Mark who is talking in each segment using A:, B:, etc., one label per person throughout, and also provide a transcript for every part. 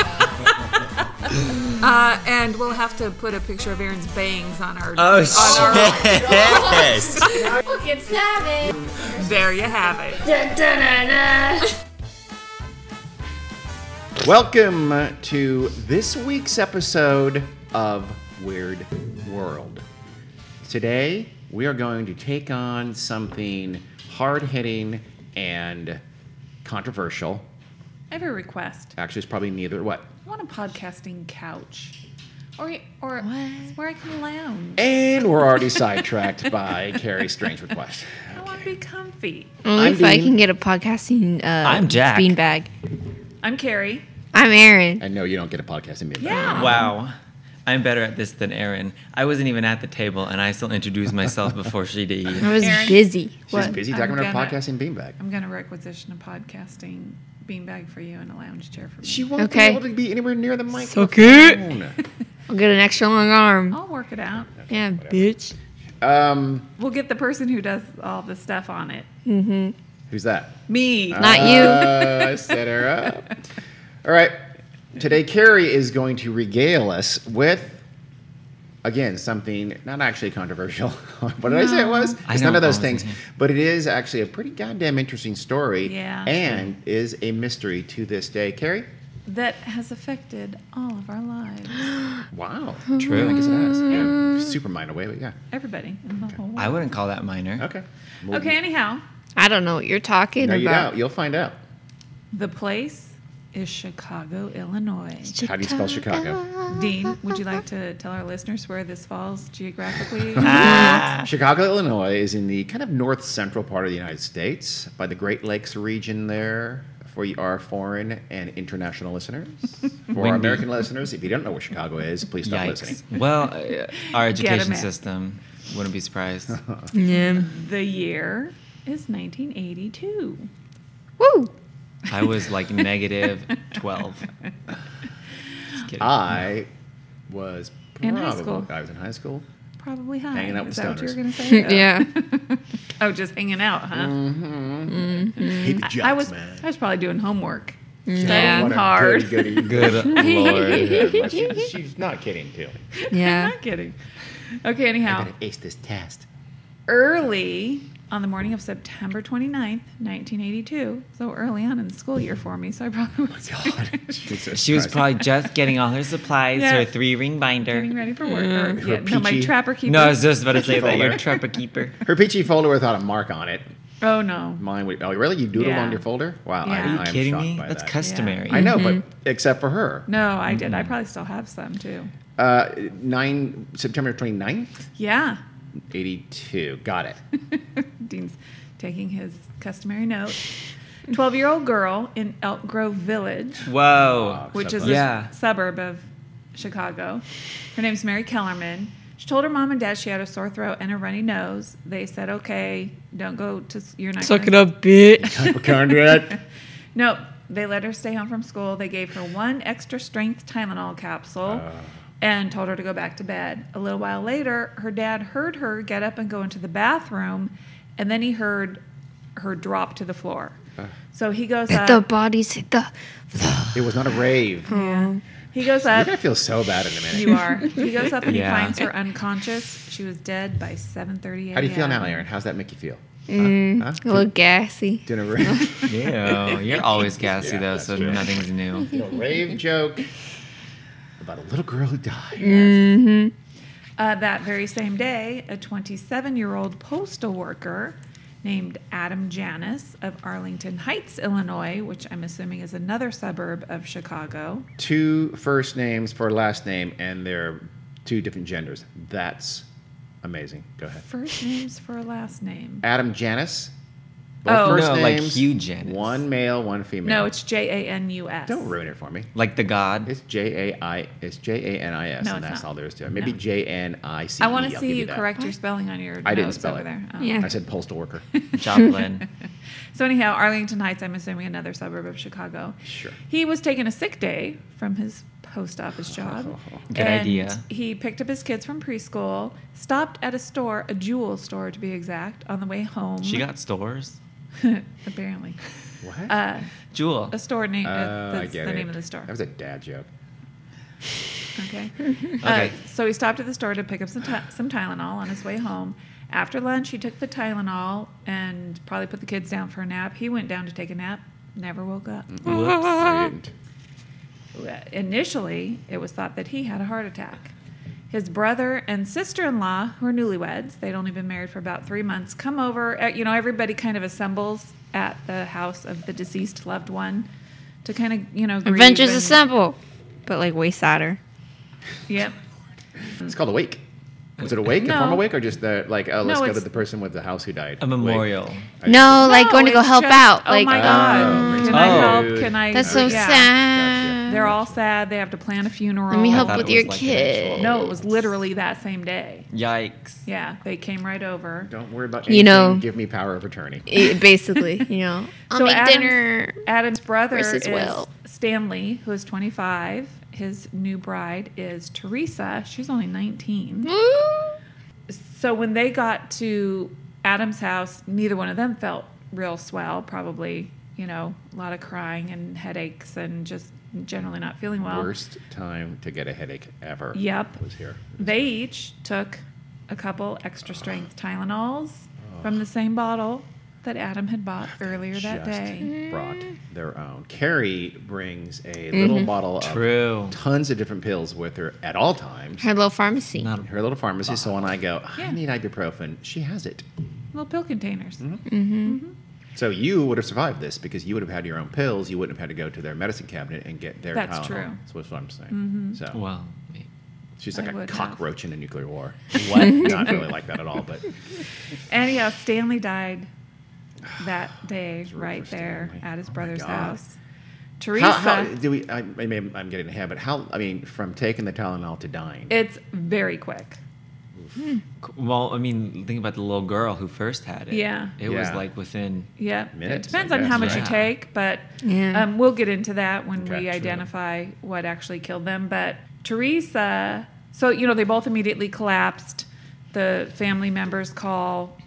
A: Uh, and we'll have to put a picture of Aaron's bangs on our.
B: Oh
A: on our-
B: shit!
C: Look, it's seven.
A: there you have it.
C: Dun, dun, dun, dun.
D: Welcome to this week's episode of Weird World. Today, we are going to take on something hard hitting and controversial.
E: I have a request.
D: Actually, it's probably neither. What?
E: I want a podcasting couch, or or where I can lounge.
D: And we're already sidetracked by Carrie's strange request.
E: I want to be comfy.
F: Only
D: I'm
F: if I
D: Dean.
F: can get a podcasting uh,
B: I'm Jack.
F: beanbag.
E: I'm Carrie.
F: I'm Aaron.
D: I know you don't get a podcast in me.
E: Yeah.
B: Wow. I'm better at this than Erin. I wasn't even at the table, and I still introduced myself before she did.
F: I was
E: Aaron.
F: busy.
D: She's
F: What?
D: busy
E: I'm
D: talking about
E: gonna-
D: podcasting beanbag.
E: I'm gonna requisition a podcasting beanbag for you and a lounge chair for me.
D: She won't
F: Okay.
D: be able to be anywhere near the mic.
F: Okay. I'll get an extra long arm.
E: I'll work it out.
F: yeah, bitch.
D: Um,
E: We'll get the person who does all the stuff on it.
D: who's that?
E: Me.
F: Not you.
D: Uh, I set her up. All right. Today, Carrie is going to regale us with, again, something not actually controversial. what did I say it was?
B: I
D: It's
B: know
D: none of
B: what
D: those
B: I was
D: things. But it is actually a pretty goddamn interesting story.
E: Yeah.
D: And is a mystery to this day. Carrie?
E: That has affected all of our lives.
D: Wow.
B: True.
D: I guess it has. Yeah. Super mind away, but yeah.
E: Everybody. in the whole
B: I
E: world.
B: wouldn't call that minor.
D: Okay. Well,
E: Okay. Anyhow,
F: I don't know what you're talking
D: No, you
F: about.
D: don't. You'll find out.
E: the place is Chicago, Illinois.
D: How do you spell Chicago?
E: Dean, would you like to tell our listeners where this falls geographically?
D: Chicago, Illinois is in the kind of north central part of the United States by the Great Lakes region there for our foreign and international listeners. For our
B: Windy.
D: American listeners, if you don't know where Chicago is, please stop
B: Yikes.
D: listening.
B: Well, uh, our education
E: map.
B: system wouldn't be surprised.
F: Yeah.
E: The year is 1982.
F: Woo.
B: I was like negative 12. Just kidding.
D: I was
E: In high
D: probably-
E: school.
D: I was in high school.
E: Probably high.
D: Hanging out with
E: is that what you were
D: stoners.
E: going to
F: Yeah.
E: say? oh, just hanging out, huh?
D: Mm-hmm.
E: Mm-hmm.
D: Hate the
E: I
D: jocks,
E: was I was probably doing homework.
D: Oh,
E: Studying
D: what a
E: hard.
D: goody, goody.
B: Good lord.
D: Yeah, she- she's not kidding, too.
F: Yeah.
E: Not kidding. Okay, anyhow,
D: Gotta ace this test.
E: early on the morning of September 29th, 1982, so early on in the school year for me, so I probably was
D: God. Jesus
B: She was
D: Christ.
B: probably just getting all her supplies,
E: Yeah.
B: her three ring
E: getting
B: binder.
E: ready for work. Or,
D: Her
E: yeah, no, my
D: peachy-
E: trapper keeper.
B: No, I was just about to say
D: Keeper.
B: that. You're a trapper keeper.
D: Her peachy folder without a mark on it.
E: oh, no.
D: Mine would. Oh, really? You doodled
E: Yeah.
D: on your folder? Wow. I,
E: Yeah. Are you
D: I am
B: kidding
D: shocked
B: me?
D: by
B: That's
D: that.
B: customary.
D: I know,
E: Mm-hmm.
D: but except for her.
E: No, I did. I probably still have some, too.
D: Uh, 9 September 29th,
E: Yeah.
D: 82. Got it.
E: Dean's taking his customary note. 12 year old girl in Elk Grove Village,
B: Whoa.
E: which is a
D: Yeah.
B: Yeah.
E: suburb of Chicago. Her name's Mary Kellerman. She told her mom and dad she had a sore throat and a runny nose. They said, okay, don't go to, s- you're not
F: Suck it
E: gonna-
F: up, bitch.
D: Conrad.
E: Nope. They let her stay home from school. They gave her one extra strength Tylenol capsule and told her to go back to bed. A little while later, her dad heard her get up and go into the bathroom, and then he heard her drop to the floor. So he goes
F: Let the
E: up.
F: bodies hit the.
D: It was not a rave. You're
E: He goes up.
D: going to feel so bad in a minute.
E: You are. He goes up and
B: Yeah.
E: he finds her unconscious. She was dead by 7:30 a.m.
D: How do you feel now, Aaron? How's that make you feel?
E: Mm.
D: Huh?
F: mm, A little gassy.
D: Doing a rave,
B: Yeah, you're always gassy though, so nothing's new.
D: doing a rave joke about a little girl who died.
E: Mm. Uh, that very same day, a 27 year old postal worker named Adam Janis of Arlington Heights, Illinois, which I'm assuming is another suburb of Chicago.
D: Two first names for a last name, and they're two different genders. That's amazing. Go ahead.
E: First names for a last name.
D: Adam Janice Both
E: Oh.
D: first
B: No, like
D: names.
B: Hugh Janis.
D: One male, one female.
E: No, it's J A N U S.
D: Don't ruin it for me.
B: Like the god.
D: It's J A I. It's J A N I S,
E: No,
D: and
E: it's
D: that's
E: not.
D: all there is to it. Maybe
E: No.
D: J N I C. E,
E: I want to
D: I'll
E: see
D: give
E: you
D: that.
E: correct your spelling on your.
D: I didn't
E: notes
D: spell
E: over
D: it.
E: There. Oh.
F: Yeah.
D: I said postal worker.
B: Joplin.
E: So anyhow, Arlington Heights, I'm assuming another suburb of Chicago.
D: Sure.
E: He was taking a sick day from his post office job.
B: Good
E: and
B: idea.
E: He picked up his kids from preschool, stopped at a store, a jewel store to be exact, on the way home.
B: she got stores.
E: apparently
D: What?
E: uh,
B: Jewel.
E: a store name.
D: Oh,
E: Uh,
D: I
E: that's
D: get
E: the
D: it.
E: name of the store.
D: That was a dad joke.
E: Okay. Uh,
B: Okay.
E: so he stopped at the store to pick up some ty- some Tylenol on his way home. After lunch, he took the Tylenol and probably put the kids down for a nap. He went down to take a nap, never woke up. Uh,
B: Whoops.
D: I didn't.
E: Initially, it was thought that he had a heart attack. His brother and sister-in-law, who are newlyweds, they'd only been married for about three months, come over. Uh, You know, everybody kind of assembles at the house of the deceased loved one to kind of, you know, grieve
F: Adventures
E: and-
F: Assemble. But like way sadder.
E: Yep.
D: It's called a wake. Was it a wake? A form
E: No.
D: of wake, or just the like? Oh, let's
E: No,
D: go to
E: it's-
D: the person with the house who died.
B: A
D: Wake.
B: memorial.
D: I just-
F: No, like
E: No,
F: going to go
E: it's
F: help
E: just,
F: out.
E: Oh
F: like um, uh,
E: my god!
D: Oh,
E: Can I help?
D: dude.
E: Can I?
F: that's so
E: yeah.
F: sad.
E: They're all sad. They have to plan a funeral.
F: Let me help
B: thought
F: with
B: it
F: your
B: was like an actual-
F: kid.
E: No, it was literally that same day.
B: Yikes.
E: Yeah, they came right over.
D: Don't worry about anything.
F: You know-
D: give me power of attorney.
F: It- basically, you know, I'll
E: So
F: make
E: Adam's-
F: dinner.
E: Adam's brother
F: Where's
E: is
F: his will?
E: Stanley, who is 25. His new bride is Teresa. She's only 19.
F: Hmm.
E: So when they got to Adam's house, neither one of them felt real swell. Probably, you know, a lot of crying and headaches and just generally not feeling well.
D: Worst time to get a headache ever.
E: Yep.
D: Was here.
E: They each took a couple extra strength Tylenols from the same bottle that Adam had bought earlier that
D: Just
E: day.
D: brought their own. Carrie brings a
F: Mm-hmm.
D: little bottle of
B: True.
D: tons of different pills with her at all times.
F: Her little pharmacy.
B: Not
D: Her little pharmacy. So when I go, I
E: Yeah.
D: need ibuprofen, she has it.
E: Little pill containers.
D: Mm-hmm. So you would have survived this because you would have had your own pills. You wouldn't have had to go to their medicine cabinet and get their
E: That's
D: Tylenol.
E: true. Mm-hmm.
D: So that's what I'm saying. So
B: Well,
D: she's
E: I
D: like a
E: would have.
D: cockroach in a nuclear war.
B: what?
D: Not really like that at all, but
E: Anyhow, Stanley died that day
D: root
E: right
D: for
E: there
D: Stanley.
E: at his
D: Oh my
E: brother's
D: God.
E: house. Teresa,
D: how, how do we? I, I mean, I'm getting a habit. How? I mean, from taking the Tylenol to dying.
E: it's very quick.
B: well, I mean, think about the little girl who first had it.
E: Yeah.
B: It was
D: Yeah.
B: like within.
E: Yeah,
D: Minutes,
E: it depends
D: I
E: on
D: guess,
E: how much you
B: right?
E: take, but
F: Yeah.
E: um, we'll get into that when
D: Okay,
E: we
D: true.
E: identify what actually killed them. But Teresa, so you know, they both immediately collapsed. The family members call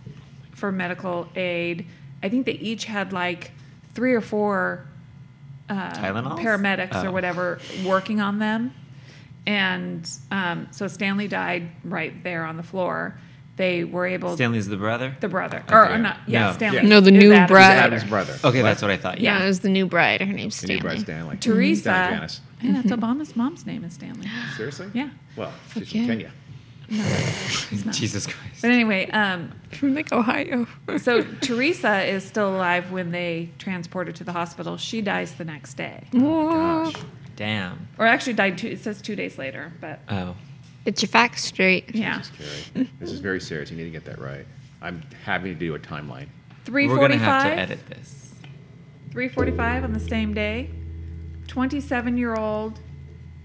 E: for medical aid. I think they each had like three or four uh,
B: Tylenols?
E: paramedics or
B: Oh.
E: whatever working on them. And um, so Stanley died right there on the floor. They were able,
B: Stanley's the brother?
E: the brother, or,
B: Okay.
E: or not, yeah,
B: No.
E: Stanley.
F: No, the
E: is
F: new
E: Adam's
F: bride.
E: brother.
D: Adam's brother.
B: Okay, that's what I thought.
F: yeah.
B: Yeah.
F: it was the new bride. Her name's
D: Stanley.
F: Stanley.
D: Stanley.
E: Teresa.
D: Died Janice.
E: Hey, that's Obama's mom's name is Stanley.
D: Seriously?
E: Yeah.
D: Well, she's
F: Yeah.
D: from Kenya.
B: Jesus Christ.
E: But anyway, um,
F: From like Ohio.
E: so Teresa is still alive when they transport her to the hospital. She dies the next day,
D: Gosh.
B: Damn.
E: or actually died two. It says two days later, but
B: Oh.
F: Get your facts straight.
E: yeah,
D: Carrie, this is very serious. You need to get that right. I'm happy to do a timeline.
E: three
B: We're going to have to
E: forty-five.
B: edit this.
E: Three forty-five on the same day. Twenty-seven-year-old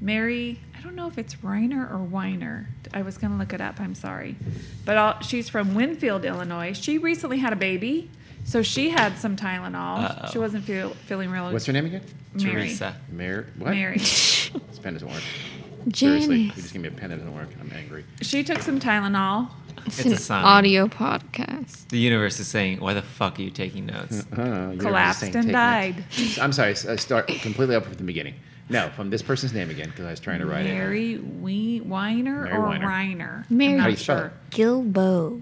E: Mary. I don't know if it's Reiner or Weiner. I was going to look it up. I'm sorry, but all, she's from Winfield, Illinois. She recently had a baby. So she had some Tylenol.
B: Uh-oh.
E: She wasn't feel, feeling real.
D: What's her name again?
E: Mary.
B: Teresa.
D: Mary. What?
E: Mary.
D: This pen doesn't work. Seriously, you
F: Janice.
D: just give me a pen that doesn't work. I'm angry.
E: She took some Tylenol.
F: It's,
B: It's a
F: an
B: sign.
F: audio podcast.
B: The universe is saying, why the fuck are you taking notes?
D: Uh, you're
E: Collapsed
D: saying
E: and
D: take
E: died.
D: notes. I'm sorry. I start completely up from the beginning. No, from this person's name again because I was trying to write it.
E: Mary we- Weiner
D: Mary
E: or
D: Weiner.
E: Reiner?
F: Mary.
E: I'm
F: How
D: do you
E: not
D: spell
E: sure.
F: Gilbo.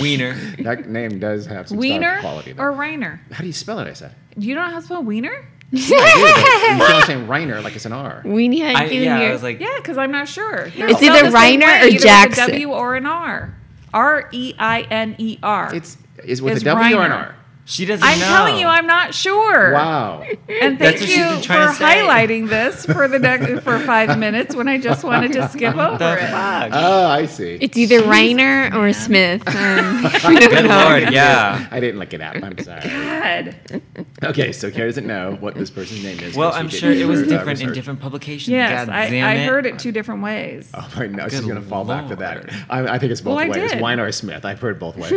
B: Wiener.
D: That name does have some
E: Wiener
D: star quality. Though.
E: or Reiner?
D: How do you spell it? I said.
E: Do you know how to spell Wiener?
D: I do, but you sound saying Reiner like it's an R.
F: Weenie High
B: I,
F: Junior.
B: yeah, I was like,
E: Yeah, because I'm not sure. They're
F: It's
E: spelled
F: either
E: the same
F: Reiner
E: way,
F: or
E: either with a
F: Jackson.
E: W or an R. R E I N E R.
D: It's is with
E: It's
D: a W or an
E: Reiner.
D: R.
B: She doesn't
E: I'm
B: know.
E: telling you, I'm not sure.
D: Wow.
E: And
B: That's
E: thank
B: what she's
E: you
B: been
E: for
B: trying to say.
E: highlighting this for the next for five minutes when I just wanted to skip over
B: The
E: it.
B: fuck?
D: Oh, I see.
F: It's either Reiner or Smith. Um, I don't
B: Good
F: know.
B: lord, yeah.
D: I didn't look it up. I'm sorry.
E: God.
D: Ah. Okay, so Carrie doesn't know what this person's name is.
B: Well,
D: 'cause she
B: I'm
D: didn't
B: sure
D: do
B: it was
D: her, uh,
B: different in
D: research.
B: different publications.
E: Yes,
B: God
E: I,
B: damn
E: I
B: it.
E: heard it two different ways.
D: Oh, I know. She's
B: Good
D: going to fall back to that.
B: lord.
D: I, I think it's both
E: Well, I
D: ways.
E: did.
D: Weiner or Smith. I've heard both ways.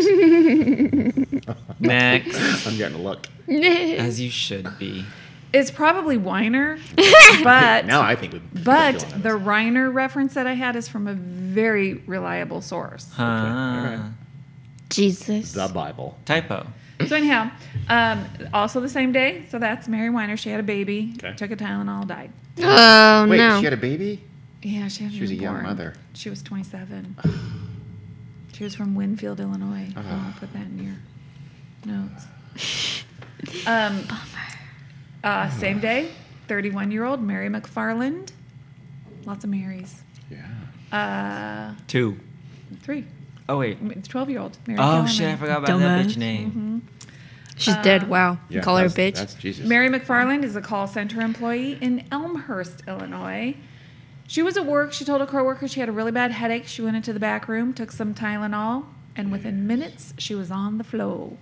B: Next,
D: I'm getting a look.
B: as you should be.
E: It's probably Weiner, but
D: Now I think we
E: but the Reiner reference that I had is from a very reliable source.
B: Ah,
F: Jesus.
D: the Bible.
B: Typo.
E: So anyhow, um, also the same day. So that's Mary Weiner. She had a baby,
D: Okay.
E: took a Tylenol, died.
F: Oh
D: Wait,
F: no.
D: she had a baby?
E: Yeah, she had.
D: She was a young
E: newborn.
D: mother.
E: She was 27. she was from Winfield, Illinois. I'll put that in your notes. Um, uh, same day, 31-year-old Mary McFarland. Lots of Marys.
D: Yeah.
E: Uh,
B: Two.
E: three.
B: Oh wait.
E: Twelve-year-old Mary.
B: Oh
E: Kellerman.
B: shit! I forgot about that
A: Dumbass.
B: bitch name.
E: Mm-hmm.
F: She's dead. Wow.
D: yeah
F: Call her a
D: that's-
F: bitch.
D: That's Jesus.
E: Mary McFarland is a call center employee in Elmhurst, Illinois. She was at work. She told a coworker she had a really bad headache. She went into the back room, took some Tylenol, and within minutes she was on the flow.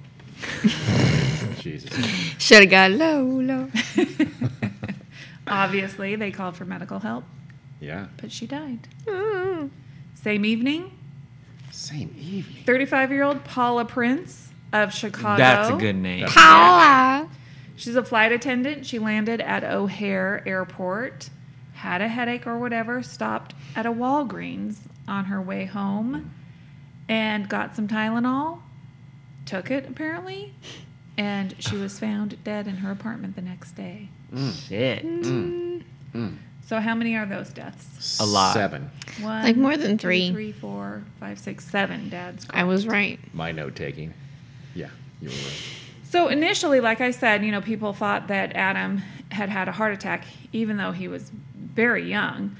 D: Jesus.
F: Should have got low, low.
E: Obviously, they called for medical help,
D: Yeah.
E: but she died. Same evening,
D: Same evening.
E: 35-year-old Paula Prince of Chicago.
B: That's a good name.
F: Paula.
E: She's a flight attendant. She landed at O'Hare Airport, had a headache or whatever, stopped at a Walgreens on her way home, and got some Tylenol, took it apparently, and she was found dead in her apartment the next day.
B: Shit.
E: Mm-hmm. So, how many are those deaths?
B: A lot.
D: Seven.
E: One,
F: Like more than
E: two,
F: three.
E: three, four, five, six, seven dads.
F: I was right.
D: My note taking. Yeah. You were right.
E: So initially, like I said, you know, people thought that Adam had had a heart attack, even though he was very young.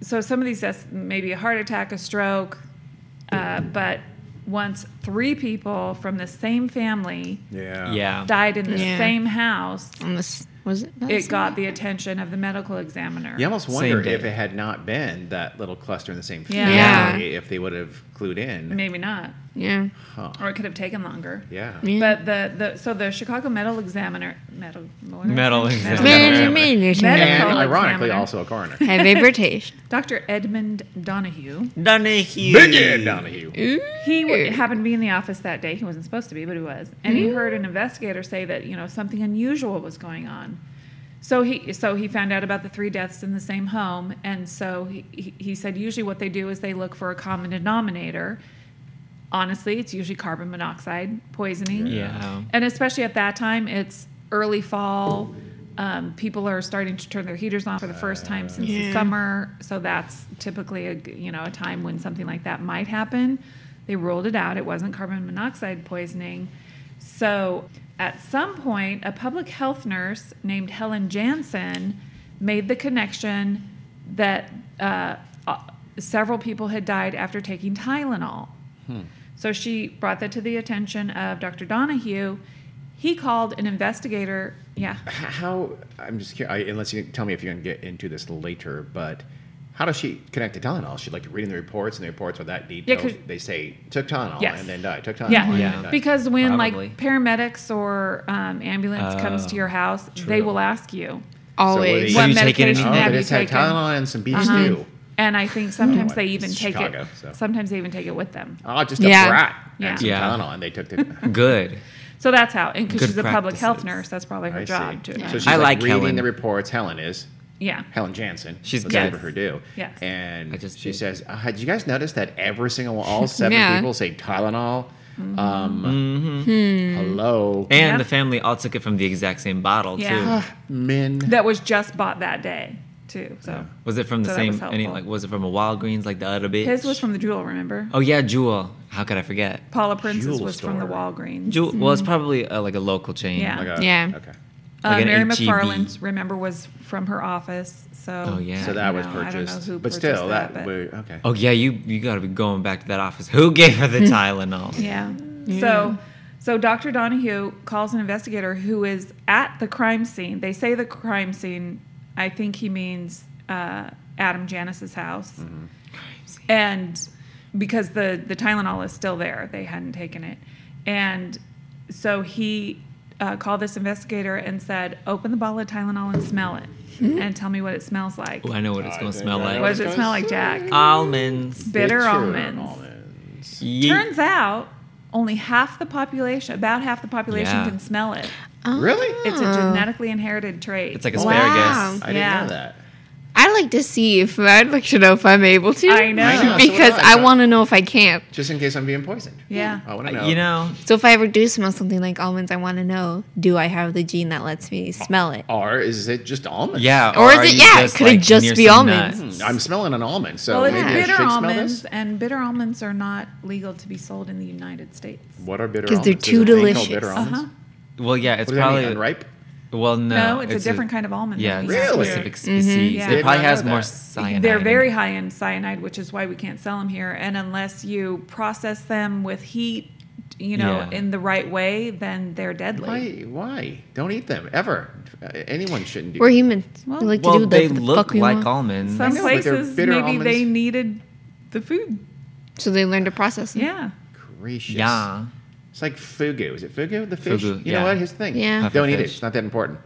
E: So some of these deaths, maybe a heart attack, a stroke, uh, but once three people from the same family
D: Yeah.
B: Yeah.
E: died in the
F: Yeah. Oh,
E: same house,
F: On this was it?
E: it got the attention of the medical examiner.
D: You almost
B: Same
D: wonder
B: day.
D: if it had not been that little cluster in the same
E: Yeah.
D: family,
F: Yeah.
D: if they would have clued in.
E: Maybe not,
F: Yeah.
E: or it could have taken longer.
D: Yeah.
F: Yeah.
E: But the, the so the Chicago Medical Examiner, Metal,
B: Metal examiner.
F: Man,
B: Medical-
F: man, there's
E: Medical-
F: no-
D: And ironically,
E: examiner.
D: also a coroner.
F: Have a British.
E: Dr. Edmund Donahue.
B: Donahue.
D: Big Ed Donahue.
E: He w- happened to be in the office that day. He wasn't supposed to be, but he was. And he heard an investigator say that you know something unusual was going on. So he so he found out about the three deaths in the same home, and so he, he, he said usually what they do is they look for a common denominator. Honestly, it's usually carbon monoxide poisoning.
B: Yeah.
E: And especially at that time, it's early fall. Um, people are starting to turn their heaters on for the first time since the
F: Yeah.
E: summer, so that's typically a g- you know a time when something like that might happen. They ruled it out; it wasn't carbon monoxide poisoning. So at some point, a public health nurse named Helen Jansen made the connection that uh, uh, several people had died after taking Tylenol. So she brought that to the attention of Dr. Donahue. He called an investigator. Yeah.
D: How, I'm just curious, unless you can tell me if you're going to get into this later, but how does she connect to Tylenol? Is She like reading the reports, and the reports are that detailed.
E: 'cause-
D: they say, took Tylenol
E: Yes.
D: and then died, took Tylenol
E: Yeah.
D: and
B: Yeah.
D: then died.
E: Because when
B: Probably.
E: like paramedics or um, ambulance comes to your house, they will ask you
F: Always.
D: So
E: what
D: Oh, you
B: taken
E: medication
D: Oh,
E: have
D: they
E: you
D: just had
E: taken.
D: Tylenol and some beef
E: Uh-huh.
D: stew.
E: And I think sometimes they
D: It's
E: even take
D: Chicago,
E: it.
D: so.
E: Sometimes they even take it with them.
D: Oh, just a
F: Yeah.
D: brat.
E: Yeah.
D: And some
B: Yeah.
D: Tylenol, and they took the.
B: Good.
E: So that's how. And because
B: Good
E: she's a public health
B: practices.
E: nurse, that's probably her
D: I
E: job
D: see.
E: too.
D: So she's
B: I
D: like,
B: like
D: reading
B: Helen.
D: the reports. Helen is.
E: yeah.
D: Helen Jansen.
B: She's
D: let's give
B: good.
D: her due.
E: Yes.
D: And
B: I just
D: she
B: did.
D: says, uh, "Did you guys notice that every single all seven
F: Yeah.
D: people say Tylenol?" Um,
B: Mm-hmm.
D: Hello,
B: And
E: Yep.
B: the family all took it from the exact same bottle
E: Yeah.
B: too.
D: men.
E: That was just bought that day too. So
B: Was it from the
E: So that
B: same?
E: was
B: Any
E: helpful.
B: like? Was it from a Walgreens like the other bitch?
E: his was from the jewel, remember?
B: Oh yeah, Jewel. How could I forget?
E: Paula Prince's
D: Jewel
E: was from the
D: store.
E: Walgreens.
B: Jewel. Well, it's probably uh, like a local chain.
E: Mm-hmm. Yeah.
D: Like a-
F: Yeah.
D: Okay.
E: Uh,
B: Like an
E: Mary
B: HEB.
E: McFarland's, remember, was from her office. So,
B: Oh, yeah.
D: So
E: I
D: that
E: don't
D: was
E: know. I don't know
D: purchased,
E: who
D: but
E: purchased
D: still, that,
E: but-
D: we- okay.
B: Oh yeah, you you gotta be going back to that office. Who gave her the Tylenol?
E: yeah. So, So Dr. Donahue calls an investigator who is at the crime scene. They say the crime scene. I think he means uh, Adam Janice's house. And because the the Tylenol is still there, they hadn't taken it. And so he uh, called this investigator and said, "Open the bottle of Tylenol and smell it, and tell me what it smells like.
B: Oh, I know Hmm? what it's gonna
D: think
B: smell
D: I
B: like.
D: know
E: what does it smell like, Jack?
B: Almonds.
E: Bitter,
D: Bitter
E: almonds.
B: Yeet.
E: Turns out, only half the population, about half the population,
B: Yeah.
E: can smell it.
D: Really?
E: It's a genetically inherited trait.
B: It's like
F: Wow.
B: asparagus.
D: I didn't
E: yeah.
D: know that.
F: I like to see if I'd like to know if I'm able to.
E: I know. I know,
D: so
F: because
D: would I,
F: I
D: but-
F: want to know if I can't.
D: Just in case I'm being poisoned.
E: yeah.
D: I want to
B: Uh,
D: know.
B: You know,
F: So if I ever do smell something like almonds, I want to know: Do I have the gene that lets me smell it?
D: Or is it just almonds? Hmm,
B: yeah.
F: Or is
B: are
F: it-
B: you
F: yeah, could it
B: like,
F: just
B: near
F: be
B: some
F: almonds?
B: nut?
D: I'm smelling an almond, so
E: Well, it's
D: maybe I should
E: bitter
D: smell
E: almonds,
D: this.
E: and bitter almonds are not legal to be sold in the United States.
D: What are bitter almonds?
F: 'Cause they're
D: Is there a
F: too
D: thing called Bitter
F: delicious.
D: almonds?
E: Uh-huh.
B: Well, yeah, it's
D: Hmm. What does that mean,
B: probably
D: unripe?
B: Well, no,
E: No, it's, a different kind of almond.
B: Yeah,
E: that
B: it's
E: we
D: Really?
B: a
E: have here.
B: specific species.
E: Yeah.
B: It
E: Did
B: probably
D: not
B: has
D: know
B: more
D: that.
B: cyanide.
E: They're
B: in
E: very
B: it.
E: high in cyanide, which is why we can't sell them here. And unless you process them with heat, you know,
B: Yeah.
E: in the right way, then they're deadly.
D: Why? Why? Don't eat them ever. Uh, Anyone shouldn't do.
F: We're humans.
E: Well,
F: we like to
B: Well,
F: do the,
B: they
F: the fuck
B: look
F: we
B: like
F: want.
B: almonds.
E: Some
D: know, but they're
E: places
D: bitter
E: maybe
D: almonds.
E: they needed the food.
F: So they learn to process. Them.
E: Yeah.
D: Gracious.
B: yeah.
D: It's like fugu. Is it fugu? The fish.
B: Fugu,
D: you
B: yeah.
D: know what? Here's the thing.
F: Yeah. Puffer
D: Don't eat it.
B: fish.
D: It's not that important.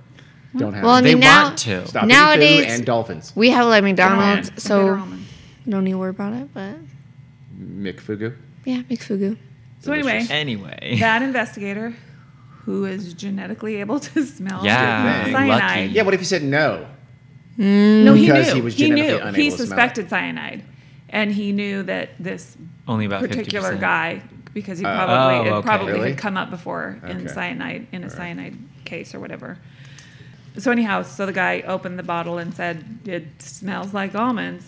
D: Don't have
F: Well, I
D: it.
F: mean
B: They
F: now
B: want to.
D: Stop eating
F: nowadays-
D: food and dolphins.
F: we have like McDonald's,
E: Almonds, bitter
F: so
E: almonds.
F: don't need to worry about it. But
D: McFugu.
F: yeah, make fugu.
E: So anyway,
B: Anyway.
E: that investigator who is genetically able to smell
B: Yeah,
D: thing.
E: cyanide.
B: lucky.
D: Yeah. What if you said no? Because
E: No, he knew.
D: he
E: He,
D: was
E: knew.
D: genetically
E: He
D: unable to smell
E: suspected cyanide, and he knew that this
B: Only about
E: particular
B: 50%.
E: guy, because he probably
B: Oh,
E: it
B: okay.
E: probably
D: Really?
E: had come up before in
D: Okay.
E: cyanide in a cyanide case or whatever. So anyhow, so the guy opened the bottle and said it smells like almonds.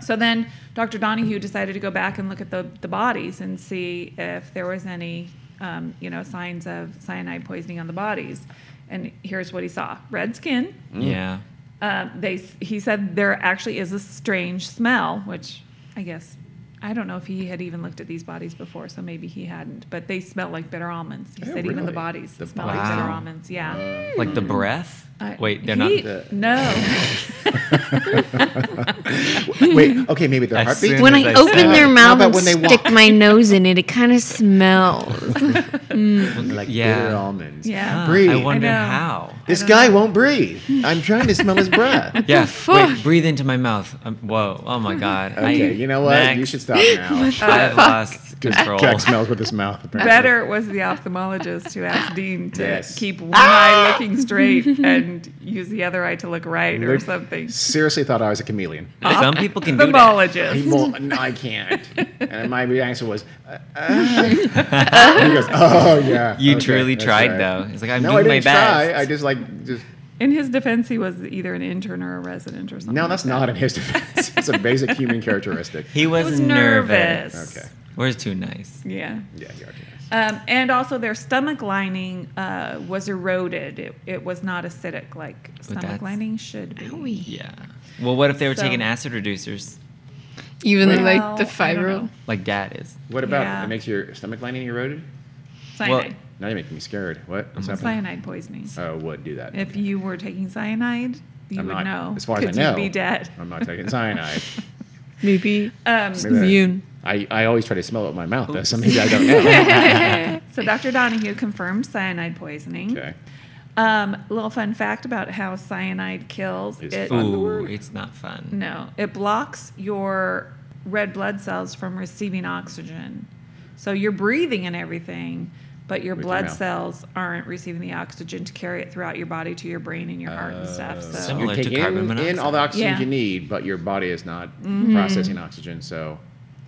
E: So then Dr. Donahue decided to go back and look at the, the bodies and see if there was any, um, you know, signs of cyanide poisoning on the bodies. And here's what he saw: red skin,
D: Mm.
B: Yeah.
E: um, they he said there actually is a strange smell, which I guess I don't know if he had even looked at these bodies before, so maybe he hadn't. But they smell like bitter almonds. He
D: Oh,
E: said even the
D: really?
E: bodies
D: The
E: smell
B: bodies.
E: like bitter
B: Wow.
E: almonds. Yeah.
B: Like the breath.
E: I-
B: Wait, they're
E: Uh, he-
B: not.
E: No.
D: Wait. Okay. Maybe their
B: As
D: heartbeat.
B: soon
F: When
B: as
F: I
B: I
F: open
B: said-
F: their
D: How
F: mouth
D: about
F: and
D: when they walk?
F: stick my nose in it, it kind of smells.
D: Like
B: Yeah.
D: bitter almonds.
E: yeah.
B: Huh,
D: Breathe.
B: I wonder
E: I know.
B: how.
D: This guy won't breathe. I'm trying to smell his breath.
B: Yeah.
F: fuck?
B: Wait, breathe into my mouth. Um, whoa. Oh my God.
D: Okay.
B: I,
D: You know what? You
B: next.
D: should stop now.
E: Ah,
B: I've lost control.
D: Jack smells with his mouth. Apparently.
E: Better was the ophthalmologist who asked Dean to
D: Yes. Ah!
E: keep one eye looking straight and use the other eye to look right or
D: Look-
E: something.
D: Seriously, thought I was a chameleon.
B: Some people can do that.
D: He
E: Ophthalmologist.
D: mo- no, I can't. And my answer was, uh, uh. he goes, oh yeah.
B: You
D: okay,
B: truly
D: that's
B: tried
D: right."
B: though. It's like I'm
D: No, I
B: doing my
D: didn't
B: best.
D: try. I just like just.
E: In his defense, he was either an intern or a resident or something.
D: No, that's not in his defense. It's a basic human characteristic.
B: he was,
E: was
B: nervous.
E: nervous.
D: Okay.
B: Where's too nice?
E: Yeah.
D: Yeah, you are. Yes.
E: Um, and also, their stomach lining uh, was eroded. It, it was not acidic like stomach
B: that's-
E: lining should be.
B: Yeah. Well, what if they were
E: So-
B: taking acid reducers
F: Even
E: Well,
F: like the
E: I don't
F: five year old.
E: know.
B: like Dad is?
D: What about
E: Yeah.
D: it makes your stomach lining eroded?
E: Cyanide.
D: Now you're making me scared. What? What's happening?
E: cyanide poisoning.
D: Oh, would do that?
E: If you were taking cyanide, you
D: I'm
E: would
D: not-
E: know.
D: as far as I
E: Could
D: know.
E: You'd be dead.
D: I'm not taking cyanide.
F: Maybe.
E: Um,
D: Maybe I-
F: Immune.
D: I, I always try to smell it with my mouth, though, so maybe I don't know.
E: so, Dr. Donahue confirmed cyanide poisoning.
D: okay.
E: Um, little fun fact about how cyanide kills.
D: It's
E: It-
D: fun.
B: Ooh, it's not fun.
E: No, it blocks your red blood cells from receiving oxygen. So you're breathing and everything, but your
D: With your
E: blood
D: mouth.
E: cells aren't receiving the oxygen to carry it throughout your body to your brain and your heart and stuff. So
B: Similar
D: You're
B: to
D: taking
B: carbon
D: in, in
B: monoxide.
D: all the oxygen
E: Yeah. Mm-hmm.
D: you need, but your body is not processing oxygen, so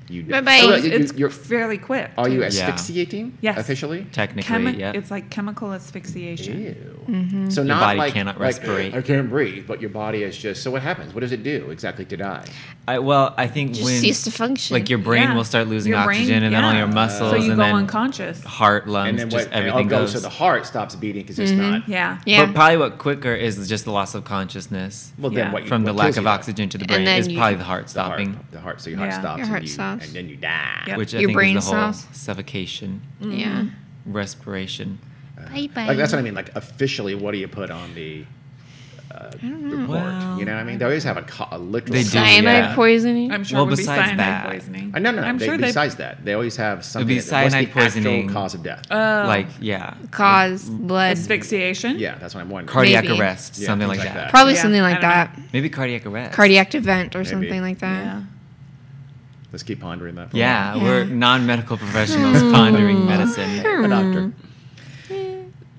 D: you.
F: Bye-bye.
D: So, uh,
E: it's,
D: you-
E: it's
D: you're-
E: fairly quick.
D: are you
E: too.
B: Yeah.
D: asphyxiating?
E: Yes.
D: Officially.
B: Technically,
E: Chemi-
B: yeah.
E: It's like chemical asphyxiation.
D: Ew.
E: Mm-hmm.
D: So not
B: body
D: like
B: cannot
D: like,
B: respirate.
D: I can't breathe, but your body is just. So what happens? What does it do exactly to die?
B: I, well, I think
F: Just
B: when
F: cease to function.
B: like your brain
E: Yeah.
B: will start losing
E: Your brain-
B: oxygen, and then all
E: yeah.
B: your muscles,
E: So you
B: and
E: go
B: then
E: unconscious.
B: heart, lungs,
D: And then
B: Um, just
D: what?
B: everything
D: oh,
B: goes.
D: So the heart stops beating because it's not.
E: Mm-hmm. Yeah.
F: Yeah.
B: But probably what quicker is just the loss of consciousness
D: Well,
E: Yeah.
D: then what? you-
B: from the
D: what
B: lack
D: kills
B: of
D: you?
B: oxygen to the
F: And
B: brain
F: then
B: is
F: you-
B: probably the heart
D: The heart,
B: stopping,
D: the heart. So your heart
E: Yeah.
D: stops.
F: Your heart
D: and you,
F: stops.
D: And then you die.
E: Yep.
B: which I
F: Your
B: think
F: brain
B: is the whole
F: stops.
B: suffocation.
F: Yeah.
B: respiration.
F: Bye bye.
D: Like that's what I mean. Like officially, what do you put on the uh, report? you know what I mean? They always have a, co- a literal.
B: They do,
D: sign.
F: Cyanide
B: yeah.
F: poisoning.
A: I'm sure
B: Well,
A: it would be
B: besides
A: cyanide
B: that-
A: poisoning.
D: Uh, no, no, no.
A: I'm
D: they,
A: sure they-
D: besides that, they always have something.
B: be
D: that- what's
B: cyanide
D: the
B: poisoning.
D: Actual cause of death.
F: Oh.
B: like yeah,
F: Cause
B: Mm.
F: blood.
A: Asphyxiation.
D: yeah, that's what I'm wondering.
B: cardiac
F: Maybe.
B: arrest,
D: Yeah,
B: something
D: things
B: like
D: like
B: that.
F: Probably
A: Yeah,
F: something
A: I
F: like
A: don't know.
F: that.
B: Maybe cardiac arrest.
F: Cardiac event or something like that.
A: Yeah.
D: Let's keep pondering that. For a
B: Yeah,
F: Yeah.
B: we're non-medical professionals pondering medicine.
D: while. A doctor.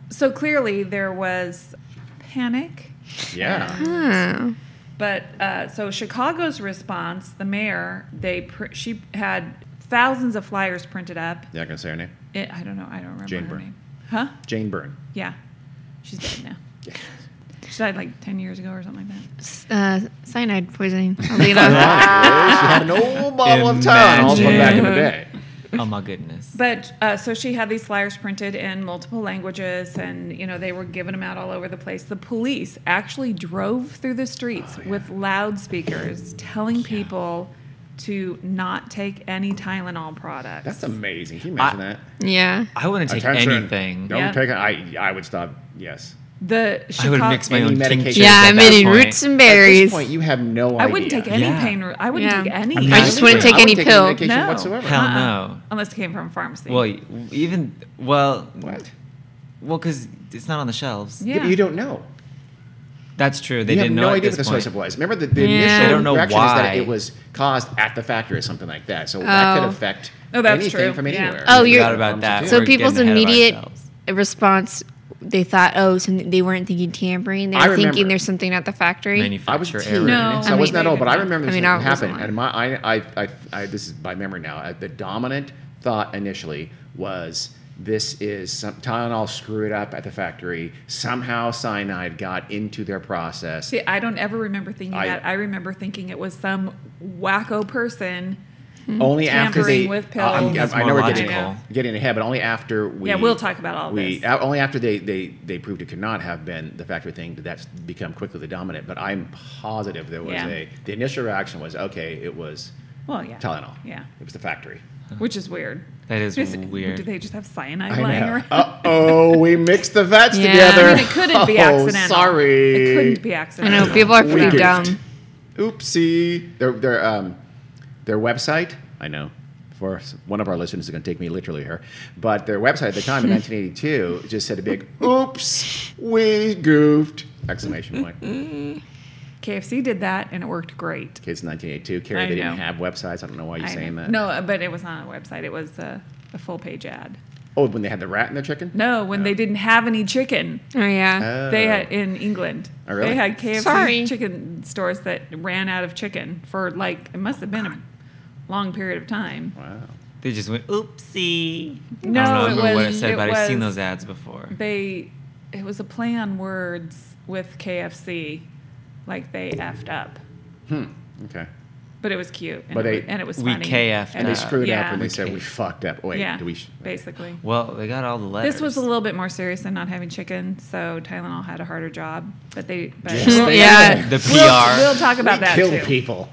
E: So clearly there was panic.
D: Yeah.
F: Oh.
E: But uh, so Chicago's response, the mayor, they pr- she had thousands of flyers printed up.
D: Yeah, I can say her name.
E: It, I don't know. I don't remember
D: Jane
E: her
D: Byrne.
E: name. Huh?
D: Jane Byrne.
E: Yeah, she's dead now. She died like ten years ago or something like that.
F: S- Uh, cyanide poisoning. I'll leave it at that.
D: she had an old bottle of time all from back in the day.
B: Oh my goodness.
E: But uh, so she had these flyers printed in multiple languages, and you know they were giving them out all over the place. The police actually drove through the streets
D: Oh,
E: with loudspeakers, telling people to not take any Tylenol products.
D: That's amazing. Can you imagine that?
F: Yeah.
B: I wouldn't take
D: Attention.
B: anything.
D: Don't
E: Yeah.
D: take it. I I would stop. Yes.
E: the
B: I would
E: Chica-
B: mix my
D: Any
B: own
D: medication.
B: tinctures.
F: Yeah,
B: at
F: I'm
B: that
F: eating
B: point.
F: roots and
D: At
F: berries.
D: this point, you have no idea.
E: I wouldn't take any
B: Yeah.
E: pain. I wouldn't
F: Yeah.
E: take any.
B: I mean,
F: I just wouldn't take
D: I
F: any
D: wouldn't take any
F: pill.
D: medication
E: No.
D: whatsoever.
B: Hell
E: Uh-uh.
B: no.
E: unless it came from a pharmacy.
B: Well, y- even well,
D: What?
B: well, because it's not on the shelves.
D: Yeah, but you don't know.
B: That's true. They
D: you have
B: didn't know
D: no
B: at
D: idea
B: this
D: what the
B: point.
D: source of was. Remember, the, the
F: Yeah.
D: initial
F: They don't
B: know
D: reaction is that
B: why.
D: it was caused at the factory or something like that. So that could
F: Oh.
D: affect
E: Oh, that's
D: anything
E: true.
D: from
E: Yeah.
D: anywhere.
F: Oh,
B: We
F: you're-
B: forgot about that.
F: So
B: We're getting
F: people's
B: ahead of
F: immediate
B: ourselves.
F: response, they thought, oh, so they weren't thinking tampering. They
D: I
F: were thinking
D: remember.
F: there's something at the
D: I
F: factory.
D: was
B: manufacturer
D: teen,
B: error.
E: No.
D: so
E: I
D: I,
E: mean,
D: wasn't that
E: they
D: old. But I
E: didn't.
D: remember
F: I
D: this
F: mean,
D: thing
F: I was
D: happened,
F: alive.
D: and my I, I, I, I this is by memory now. Uh, The dominant thought initially was this is some, Tylenol screwed up at the factory. Somehow cyanide got into their process.
E: See, I don't ever remember thinking
D: I-
E: that. I remember thinking it was some wacko person.
D: only after
E: Tampering
D: they.
E: with
D: I- I'm-
E: pills.
D: I'm-
B: It's
D: I know
B: more
D: we're getting,
B: logical.
D: getting ahead, but only after we.
E: Yeah, we'll talk about all
D: we,
E: this.
D: uh, Only after they, they they proved it could not have been the factory thing did that become quickly the dominant. But I'm positive there was
E: Yeah.
D: a the initial reaction was okay. It was
E: Well, yeah.
D: Tylenol.
E: Yeah.
D: it was the factory.
E: Which is weird.
B: That is
E: Just-
B: weird.
E: Do they just have cyanide
D: I
E: lying
D: know.
E: around?
D: Uh oh, we mixed the vets
F: Yeah.
D: together.
F: I
E: I mean, it couldn't be
D: oh,
E: accidental.
D: Sorry.
E: It couldn't be
F: I
E: accidental.
F: know people are
D: We
F: pretty
D: goofed.
F: dumb.
D: Oopsie. Their their um their website. I know. For s- one of our listeners is going to take me literally here, but their website at the time in 1982 just said a big "Oops, we goofed!" exclamation point.
E: Mm-hmm.
D: Okay,
E: KFC did that and it worked great.
D: it's 1982. Carrie,
E: I
D: they didn't
E: know.
D: have websites. I don't know why you're
E: I
D: saying
E: know.
D: that.
E: No, uh, but it was not on a website. It was a, a full page ad.
D: Oh, when they had the rat and the chicken.
E: No, when they didn't have any chicken,
F: Oh,
B: Uh,
F: yeah.
E: they
D: Oh.
E: had in England.
D: Oh, really?
E: They had KFC
F: Sorry.
E: chicken stores that ran out of chicken for like it must have been a long period of time.
D: Wow.
B: They just went oopsie.
E: No,
B: I don't know, I
E: it
B: remember what it
E: was-
B: said,
E: it
B: but I've seen
E: was-
B: those ads before.
E: they it was a play on words with KFC, like they effed up, Uh,
D: Okay.
E: but it was cute and,
D: But
E: it,
D: they-
E: wa- and it was
B: we
E: funny.
B: KF'd
E: and
D: They
B: Uh,
D: screwed up
E: yeah.
D: when they said we fucked up. Wait,
E: yeah,
D: do we? Sh-
E: basically.
B: Well, they got all the letters.
E: This was a little bit more serious than not having chicken, so Tylenol had a harder job. But they, but
F: yeah.
B: the PR.
E: We'll, we'll talk about
D: we
E: that
D: killed
E: too.
D: people.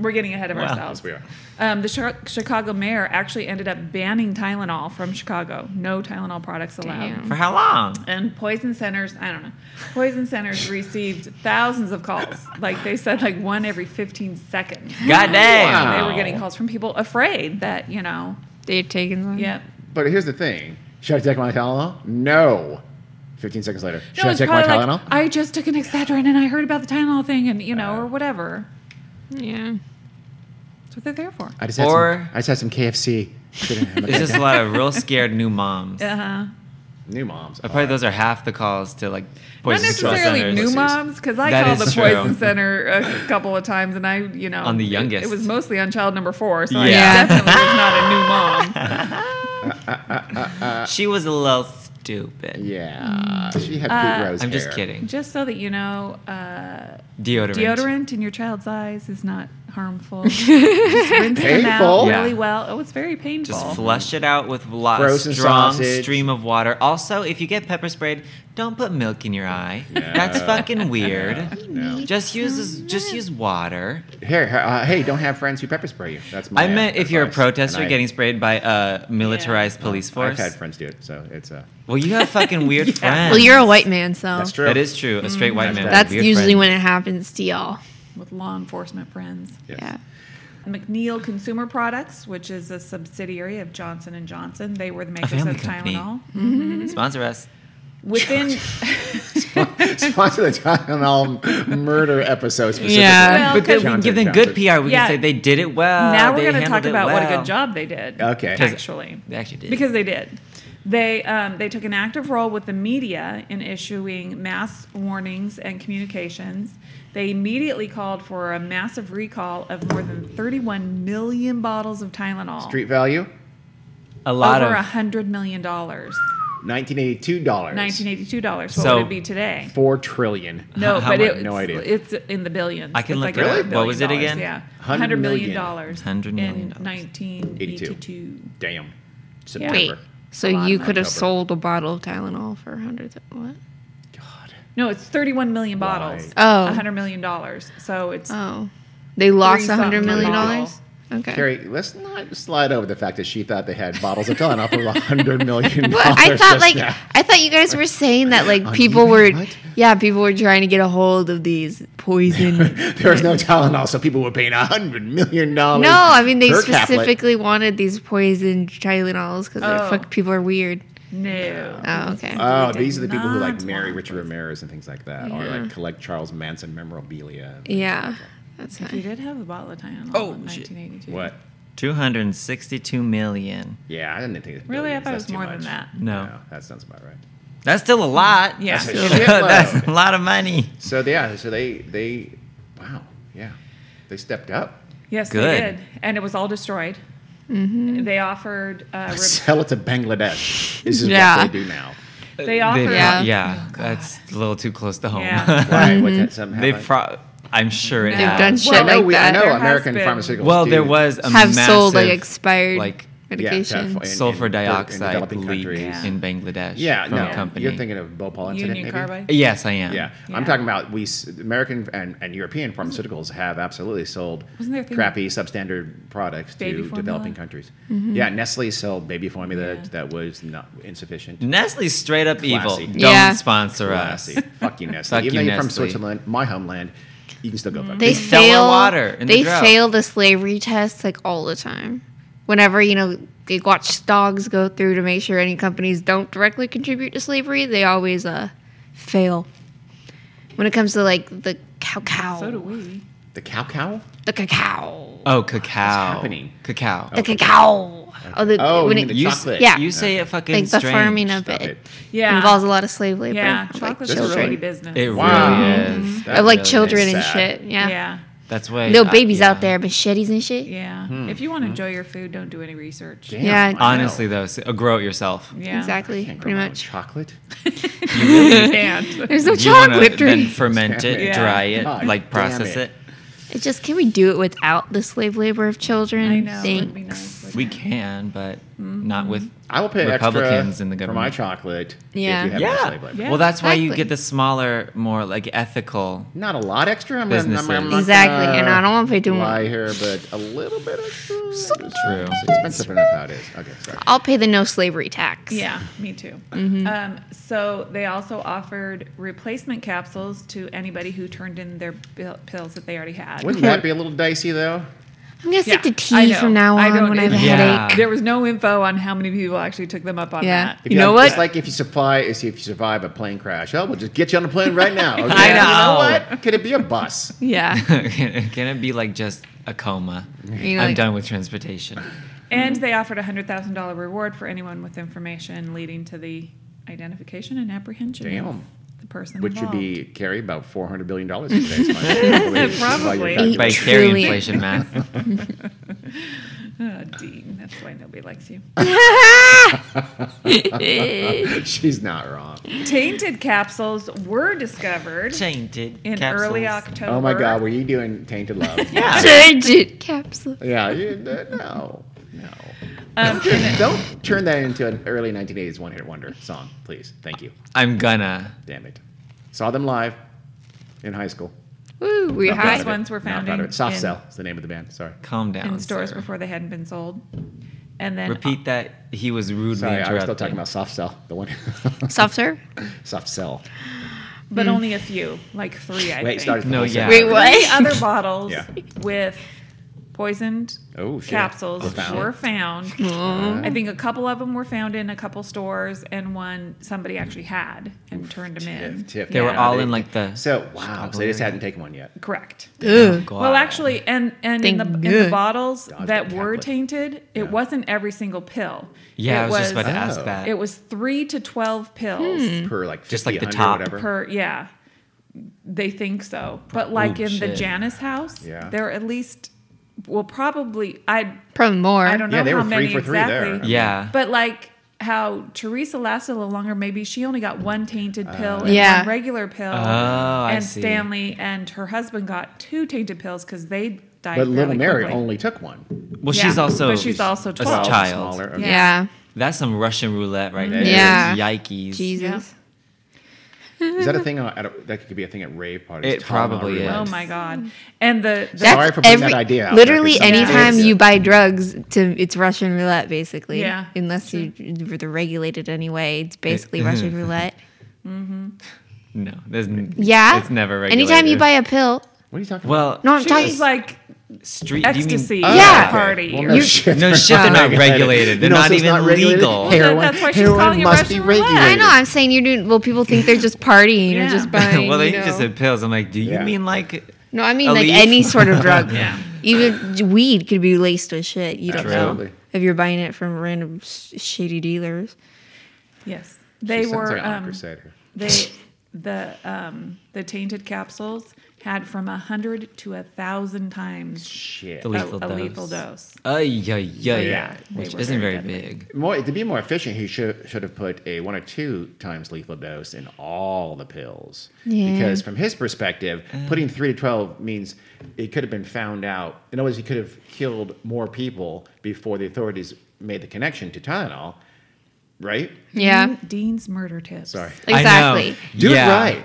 E: We're getting ahead of ourselves.
D: Yes, we are.
E: Um, the Chi- Chicago mayor actually ended up banning Tylenol from Chicago. No Tylenol products allowed.
B: For how long?
E: and poison centers i don't know poison centers received thousands of calls like they said like one every 15 seconds
B: God damn.
D: Wow.
E: they were getting calls from people afraid that you know
F: They've taken some.
E: yeah
D: But here's the thing: should I take my Tylenol? No. 15 seconds later, should
E: No,
D: I
E: it's
D: take my
E: probably
D: Tylenol? Uh.
E: i just took an excedrin and i heard about the tylenol thing and you know or whatever
F: Yeah.
E: that's what they're there for
D: I just had
B: Or-
D: some, I just had some KFC. Didn't have
B: There's
D: much-
B: just a lot of real scared new moms.
E: uh-huh.
D: new moms.
B: Probably those are half the calls to like
E: Not
B: poison control
E: necessarily
B: centers.
E: new moms, because I
B: That
E: called the
B: is true.
E: poison center a couple of times, and I, you know,
B: On the
E: it-
B: youngest.
E: it, was mostly on child number four, so
B: Yeah.
E: I definitely was not a new mom.
B: She was a little stupid.
D: yeah, she had big rose
B: Uh, I'm just
D: hair.
B: kidding.
E: Just so that you know, uh,
B: Deodorant.
E: deodorant in your child's eyes is not harmful. Just rinse them out
D: Painful.
E: really
B: Yeah.
E: well. Oh, it's very painful.
B: Just flush it out with lo- a
D: Frozen
B: strong
D: sausage.
B: stream of water. Also, if you get pepper sprayed, don't put milk in your eye. That's
D: No.
B: fucking weird.
D: No.
B: Just use just use water.
D: Here, uh, hey, don't have friends who pepper spray you. That's my.
B: I meant if you're a
D: advice.
B: protester
D: And I-
B: getting sprayed by a militarized police
D: I've
B: force.
D: had friends do it, so it's uh,
B: Well, you have fucking weird friends.
F: Well, you're a white man, so
E: Oh.
D: that's true.
B: That is true. A straight white man. with
F: that's
B: weird
F: usually
B: friends.
F: when it happens to y'all.
E: with law enforcement friends.
D: Yes.
F: Yeah.
E: McNeil Consumer Products, which is a subsidiary of Johnson and Johnson, they were the makers
B: family
E: of
B: company. Mm-hmm.
E: Tylenol.
B: sponsor us.
E: Within
D: Sponsor the Tylenol murder episode specifically.
F: Yeah.
E: Well, 'cause
B: we can
D: Johnson
B: give them
D: and
B: good
D: Johnson.
B: PR. We
E: Yeah.
B: can say they did it well.
E: now we're
B: Uh, they
E: going to
B: handled
E: talk
B: it
E: about what a
B: well.
E: good job they did.
D: Okay. 'Cause-
E: actually,
B: They actually did.
E: because they did. They um, they took an active role with the media in issuing mass warnings and communications. They immediately called for a massive recall of more than 31 million bottles of Tylenol,
D: Street value,
B: a lot
E: over
B: of
E: hundred million dollars,
D: nineteen eighty-two dollars.
E: 1982 dollars. What
B: So-
E: would it be today?
D: Four trillion.
E: No,
B: How
E: but
B: much?
E: it,
D: No idea.
E: it's in the billions.
B: I can
E: It's
B: look it
E: a
B: up.
E: billion
B: What was it
E: dollars,
B: again?
E: Yeah,
D: 100
E: hundred million
D: million.
E: dollars.
B: 100 million
E: in
B: dollars.
E: 1982.
D: Damn. September.
F: Wait. So
E: A lot
F: you
E: of
F: could have
D: October.
F: sold a bottle of Tylenol for a hundred. thou- What?
D: God.
E: No, it's 31 million bottles.
D: Right.
F: Oh.
E: 100 million dollars. So it's
F: Oh, they lost a hundred
E: something
F: million
E: bottle.
F: dollars. Okay.
D: Carrie, let's not slide over the fact that she thought they had bottles of Tylenol for a hundred million.
F: But I
D: dollars
F: thought
D: just
F: like
D: now.
F: I thought you guys were saying that like
D: Are
F: people
D: you-
F: were
D: what?
F: yeah people were trying to get a hold of these poison.
D: there was no Tylenol, so people were paying a hundred million dollars.
F: no, I mean they
D: per caplet.
F: specifically wanted these poison Tylenols because
E: Oh.
F: fuck people are weird.
E: no.
F: Oh, okay.
D: Oh,
E: They
D: these are
E: did
D: the people who
E: not
D: like marry
E: want
D: Richard Ramirez and things like that, or
F: Yeah.
D: like collect Charles Manson memorabilia.
F: yeah, that's
E: We
F: fine.
E: did have a bottle of Tylenol
B: Oh,
E: in
B: shit.
E: 1982.
D: What?
B: 262 million.
D: Yeah, I didn't think. it was
E: Really? I
D: billions.
E: thought it
D: That's
E: was
D: too
E: more
D: much.
E: than that.
B: No.
D: No, that sounds about right.
B: That's still a lot.
E: Yeah.
D: That's a
E: So-
D: shitload.
B: That's a lot of money.
D: So yeah, so they they, wow, yeah, they stepped up.
E: Yes,
B: Good.
E: they did. And it was all destroyed.
F: Mm-hmm.
E: They offered. Uh, re-
D: Sell it to Bangladesh. This is
F: Yeah.
D: what they do now.
E: they offered.
F: Yeah.
B: yeah, yeah
F: Oh,
B: that's a little too close to home.
E: Yeah.
D: Why?
F: Mm-hmm.
D: What's that? Something
B: they
D: happened?
B: pro- I'm sure it
F: They've
B: has.
F: done shit
D: Well, I know,
F: like
D: we, I
F: that.
D: know
E: There has
D: American
E: been-
D: pharmaceuticals.
B: well,
D: do-
B: there was a
F: Have sold like
B: massive,
F: expired
B: like,
D: yeah, to-
F: medication.
D: in- in
B: sulfur
D: third- in
B: dioxide
D: developing
B: leak
D: countries.
E: Yeah.
B: in Bangladesh.
D: Yeah,
B: from
D: no,
B: a company.
D: you're thinking of Bhopal incident,
E: Union
D: maybe?
E: Carbide.
B: yes, I am.
D: Yeah.
E: Yeah.
D: I'm talking about we s- American and, and European pharmaceuticals have absolutely sold
E: Wasn't there a thing-
D: crappy substandard products
E: Baby
D: to developing
E: formula?
D: countries.
F: Mm-hmm.
D: Yeah, Nestle sold baby formula
E: Yeah.
D: that was not insufficient.
B: Nestle's straight up evil.
D: Classy.
B: Don't
F: Yeah.
B: sponsor us.
D: Classy. Fuck you, Nestle.
B: Fuck
D: Even though
B: you,
D: you're from
B: Nestle.
D: Switzerland, my homeland, you can still
E: Mm-hmm.
D: go fuck.
F: They
D: yourself.
B: sell our
F: fail
B: water in the
F: They
B: drought.
F: fail the slavery test like all the time. Whenever you know they watch dogs go through to make sure any companies don't directly contribute to slavery, they always uh fail. When it comes to like the cacao,
E: So do we.
D: the cow cow.
F: the cacao,
B: Oh, cacao.
D: happening?
B: Cacao.
F: the cacao. Oh, the,
D: Oh,
F: when
D: you mean
F: it,
D: the
B: You, s-
D: chocolate.
F: yeah,
B: you say it fucking
F: like the
B: strange.
F: farming of
D: Stop
F: it,
D: it.
E: Yeah.
F: involves a lot of slave labor.
E: yeah.
F: of, like
E: Chocolate's a
F: children,
E: shady business.
B: It
D: Wow.
B: really
D: Mhm.
B: is. That
F: Mm-hmm. of like
B: really
F: children
B: is.
F: and
D: sad.
F: shit. Yeah,
E: yeah. Yeah.
B: That's why
F: little
B: I-
F: babies out
B: yeah.
F: there, machetes and shit.
E: If you want to enjoy your food, don't do any research.
D: Hmm. Damn,
F: Yeah.
D: I know.
B: Honestly, though, s- uh, grow it yourself.
E: Yeah.
F: Exactly,
D: Can't grow
F: pretty
D: my own
F: much.
D: chocolate.
E: And
F: There's no
B: You wanna
F: chocolate
B: Then
F: drink.
B: ferment it,
E: Yeah.
B: dry it,
D: God
B: like
D: Oh, damn
B: process
D: it.
B: it.
F: It just can we do it without the slave labor of children?
E: I know. It would be
F: Thanks.
E: nice.
B: We can, but not with.
D: Mm-hmm. I will pay
B: Republicans
D: extra
B: in the
D: for my
B: government.
D: chocolate. If
F: Yeah.
D: you have no slave labor.
E: Yeah.
B: Well, that's why you
F: Exactly.
B: get the smaller, more like ethical.
D: Not a lot extra. I'm gonna- I'm- I'm
B: Businesses.
D: not
F: Exactly, and
D: gonna
F: I don't wanna pay too
D: lie
F: much.
D: here, but a little bit extra. is
B: True.
D: It's expensive enough how it is. Okay, sorry.
F: I'll pay the no slavery tax.
E: Yeah, me too.
D: Mm-hmm.
E: Um, so they also offered replacement capsules to anybody who turned in their bil- pills that they already had.
D: Wouldn't that be a little dicey though?
F: I'm gonna
E: Yeah,
F: stick to
E: I
F: tea
E: know.
F: from now
E: I
F: on
E: don't-
F: when I have a
E: it-
B: Yeah.
F: headache.
E: There was no info on how many people actually took them up on
F: Yeah.
E: that.
D: If
F: You know what?
D: It's like if you supply, if you survive a plane crash, oh, we'll just get you on a plane right now. Okay?
B: I
D: You
B: know.
D: know what? Could it be a bus?
F: yeah.
B: can, can it be like just a coma?
F: You know,
B: I'm
F: like-
B: done with transportation.
E: And they offered a hundred thousand dollar reward for anyone with information leading to the identification and apprehension of
D: Damn.
E: the person
D: Which would
E: involved.
D: be carry about four hundred billion dollars in today's money. I believe, which is why you're
E: Probably.
D: calculating.
B: By carry
F: Truly.
B: inflation math.
E: Oh, Dean, that's why nobody likes you.
D: She's not wrong.
E: Tainted capsules were discovered
B: Tainted
E: in
B: capsules.
E: early October.
D: Oh my God, were you doing Tainted Love?
F: Change it, capsule.
D: yeah, you, no, no.
E: Um, in-
D: Don't turn that into an early 1980s one hit wonder song, please. Thank you.
B: I'm gonna.
D: Damn it. Saw them live in high school.
F: Woo, we
D: Not proud
F: high.
D: of
E: These
D: it.
E: ones were
D: Not proud of
E: founded
D: it. Soft
E: in-
D: Cell is the name of the band. Sorry.
B: Calm down.
E: in stores
B: sir.
E: before they hadn't been sold. And then
B: Repeat that. He was rudely
D: Sorry, I
B: interrupted.
D: was still talking about Soft Cell. The one.
F: Soft serve?
D: soft Cell.
E: uh, but
B: Hmm.
E: only a few, like three, I
D: Wait,
E: think.
D: started.
B: No, yeah.
F: Wait,
E: Three
F: what?
E: other bottles
D: Yeah.
E: with poisoned
D: Oh, shit.
E: capsules
D: Were found.
E: were found. I think a couple of them were found in a couple stores, and one somebody actually had and turned them in.
D: Tiff, tiff.
B: They were
D: Yeah.
B: all in like the.
D: So wow, so they just
B: area.
D: hadn't taken one yet.
E: Correct.
F: Ugh.
B: God.
E: Well, actually, and and in the,
F: Thank
E: in the
F: good.
E: bottles
D: Dodged
E: that
D: the
E: were
D: tablet.
E: tainted, it wasn't every single pill.
B: yeah,
E: it
B: I was, just about to ask
D: Oh.
B: that. Hmm.
E: It was three to twelve pills
D: Per like 50,
B: Just like the
D: 100,
B: top.
D: whatever.
E: Mm-hmm. per. Yeah, they think so. But like
B: Ooh,
E: in the
B: shit.
E: Janice house,
D: Yeah.
E: there are at least well, probably I
F: Probably more.
E: I don't know
D: Yeah, they
E: how
D: were
E: many
D: three for three
E: exactly.
D: there.
B: yeah.
E: But like how Teresa lasted a little longer, maybe she only got one tainted
D: Uh,
E: pill and
F: Yeah.
E: one regular pill.
B: Oh, I
E: and
B: see.
E: Stanley and her husband got two tainted pills because they died.
D: But Little
E: fairly
D: Mary
E: quickly.
D: only took one.
B: well,
E: yeah,
B: she's also.
E: but she's also
B: a
E: 12.
B: child.
D: Smaller.
E: Yeah.
D: Yeah.
F: yeah.
B: That's some Russian roulette right there.
F: Yeah.
B: Yikes.
F: Jesus.
D: Is that a thing? At a, that could be a thing at rave parties.
B: It
D: Tylenol
B: probably
D: roulette.
B: is.
E: Oh my god! And the, the
D: Sorry for putting that idea out there,
F: Literally,
D: 'cause
E: sometimes
F: anytime
D: it's-
F: you buy drugs, to it's Russian roulette, basically.
E: Yeah,
F: Unless you they're regulated anyway, it's basically Russian roulette.
B: No, there's. n-
F: Yeah.
B: It's never regulated.
F: Anytime you buy a pill,
D: What are you talking about?
B: Well,
F: no, I'm
E: she
F: talking.
E: was like
B: street.
E: ecstasy
B: You mean,
E: at
F: Yeah.
E: a party.
D: Oh, Well,
E: or-
D: no
F: You-
D: shit.
B: no shit, they're not regulated.
D: You
B: They're
D: know,
B: not
D: so it's
B: even
D: regulated.
B: legal. Well,
E: then
D: Heroin,
E: that's why she's
D: heroin
E: calling it
D: must be
E: Russian roulette.
D: regulated.
F: I know. I'm saying you're doing. Well, people think they're just partying
E: Yeah.
F: or just buying.
B: well,
F: you
B: they
F: know.
B: just said pills. I'm like, do you
D: Yeah.
B: mean like
F: no, I mean
B: a
F: like
B: leaf.
F: any sort of drug.
E: yeah.
F: Even weed could be laced with shit. You don't know
D: Absolutely.
F: if you're buying it from random sh- shady dealers.
E: Yes. They
D: She sounds
E: were
D: like Anna
E: um,
D: Crusader.
E: they the um, the tainted capsules had from a hundred to a thousand times
D: Shit.
B: the
E: a,
B: lethal
E: a
B: dose?
E: lethal dose.
B: Ay, yeah, yeah,
D: yeah,
B: yeah.
D: they
B: Which
E: were
B: isn't
E: very
B: very big.
D: More, to be more efficient, he should should have put a one or two times lethal dose in all the pills.
F: Yeah.
D: Because from his perspective,
B: Uh.
D: putting three to twelve means it could have been found out. In other words, he could have killed more people before the authorities made the connection to Tylenol. Right?
F: Yeah,
E: Dean's murder tips.
D: Sorry.
F: Mm-hmm. exactly.
B: I know.
D: Do
B: yeah.
D: it right.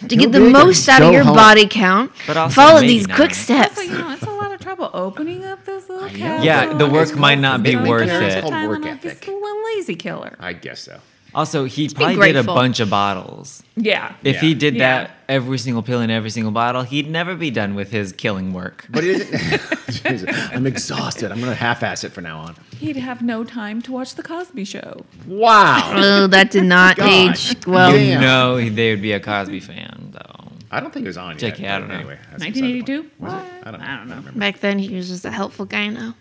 F: To get the
D: big and
F: most out of
D: go
F: your
D: home.
F: body count,
B: But also
F: follow
B: maybe
F: these
B: not.
F: quick steps.
E: So you know, it's a lot of trouble opening up those little
D: know.
E: capsules.
B: Yeah, the work might not be
E: Don't
B: worth
E: care.
B: it.
E: It's called work
D: Tylenol,
E: ethic.
D: it's the
E: One lazy killer.
D: I guess so.
B: Also, he probably did a
F: grateful.
B: bunch of bottles.
E: Yeah.
B: If
D: Yeah.
B: he did
E: Yeah.
B: that every single pill in every single bottle, he'd never be done with his killing work.
D: But it isn't. Jesus, I'm exhausted. I'm going to half ass it from now on.
E: He'd have no time to watch The Cosby Show.
D: Wow.
F: Oh, that did not
D: God.
F: age well.
D: Yeah.
B: You know, he- they would be a Cosby fan though.
D: I don't think it was on yet.
B: JK, I
D: but
B: don't know.
D: Anyway, that's beside the point.
E: 1982?
D: Was it? I don't know. I don't know.
F: Back then, he was just a helpful guy. Now,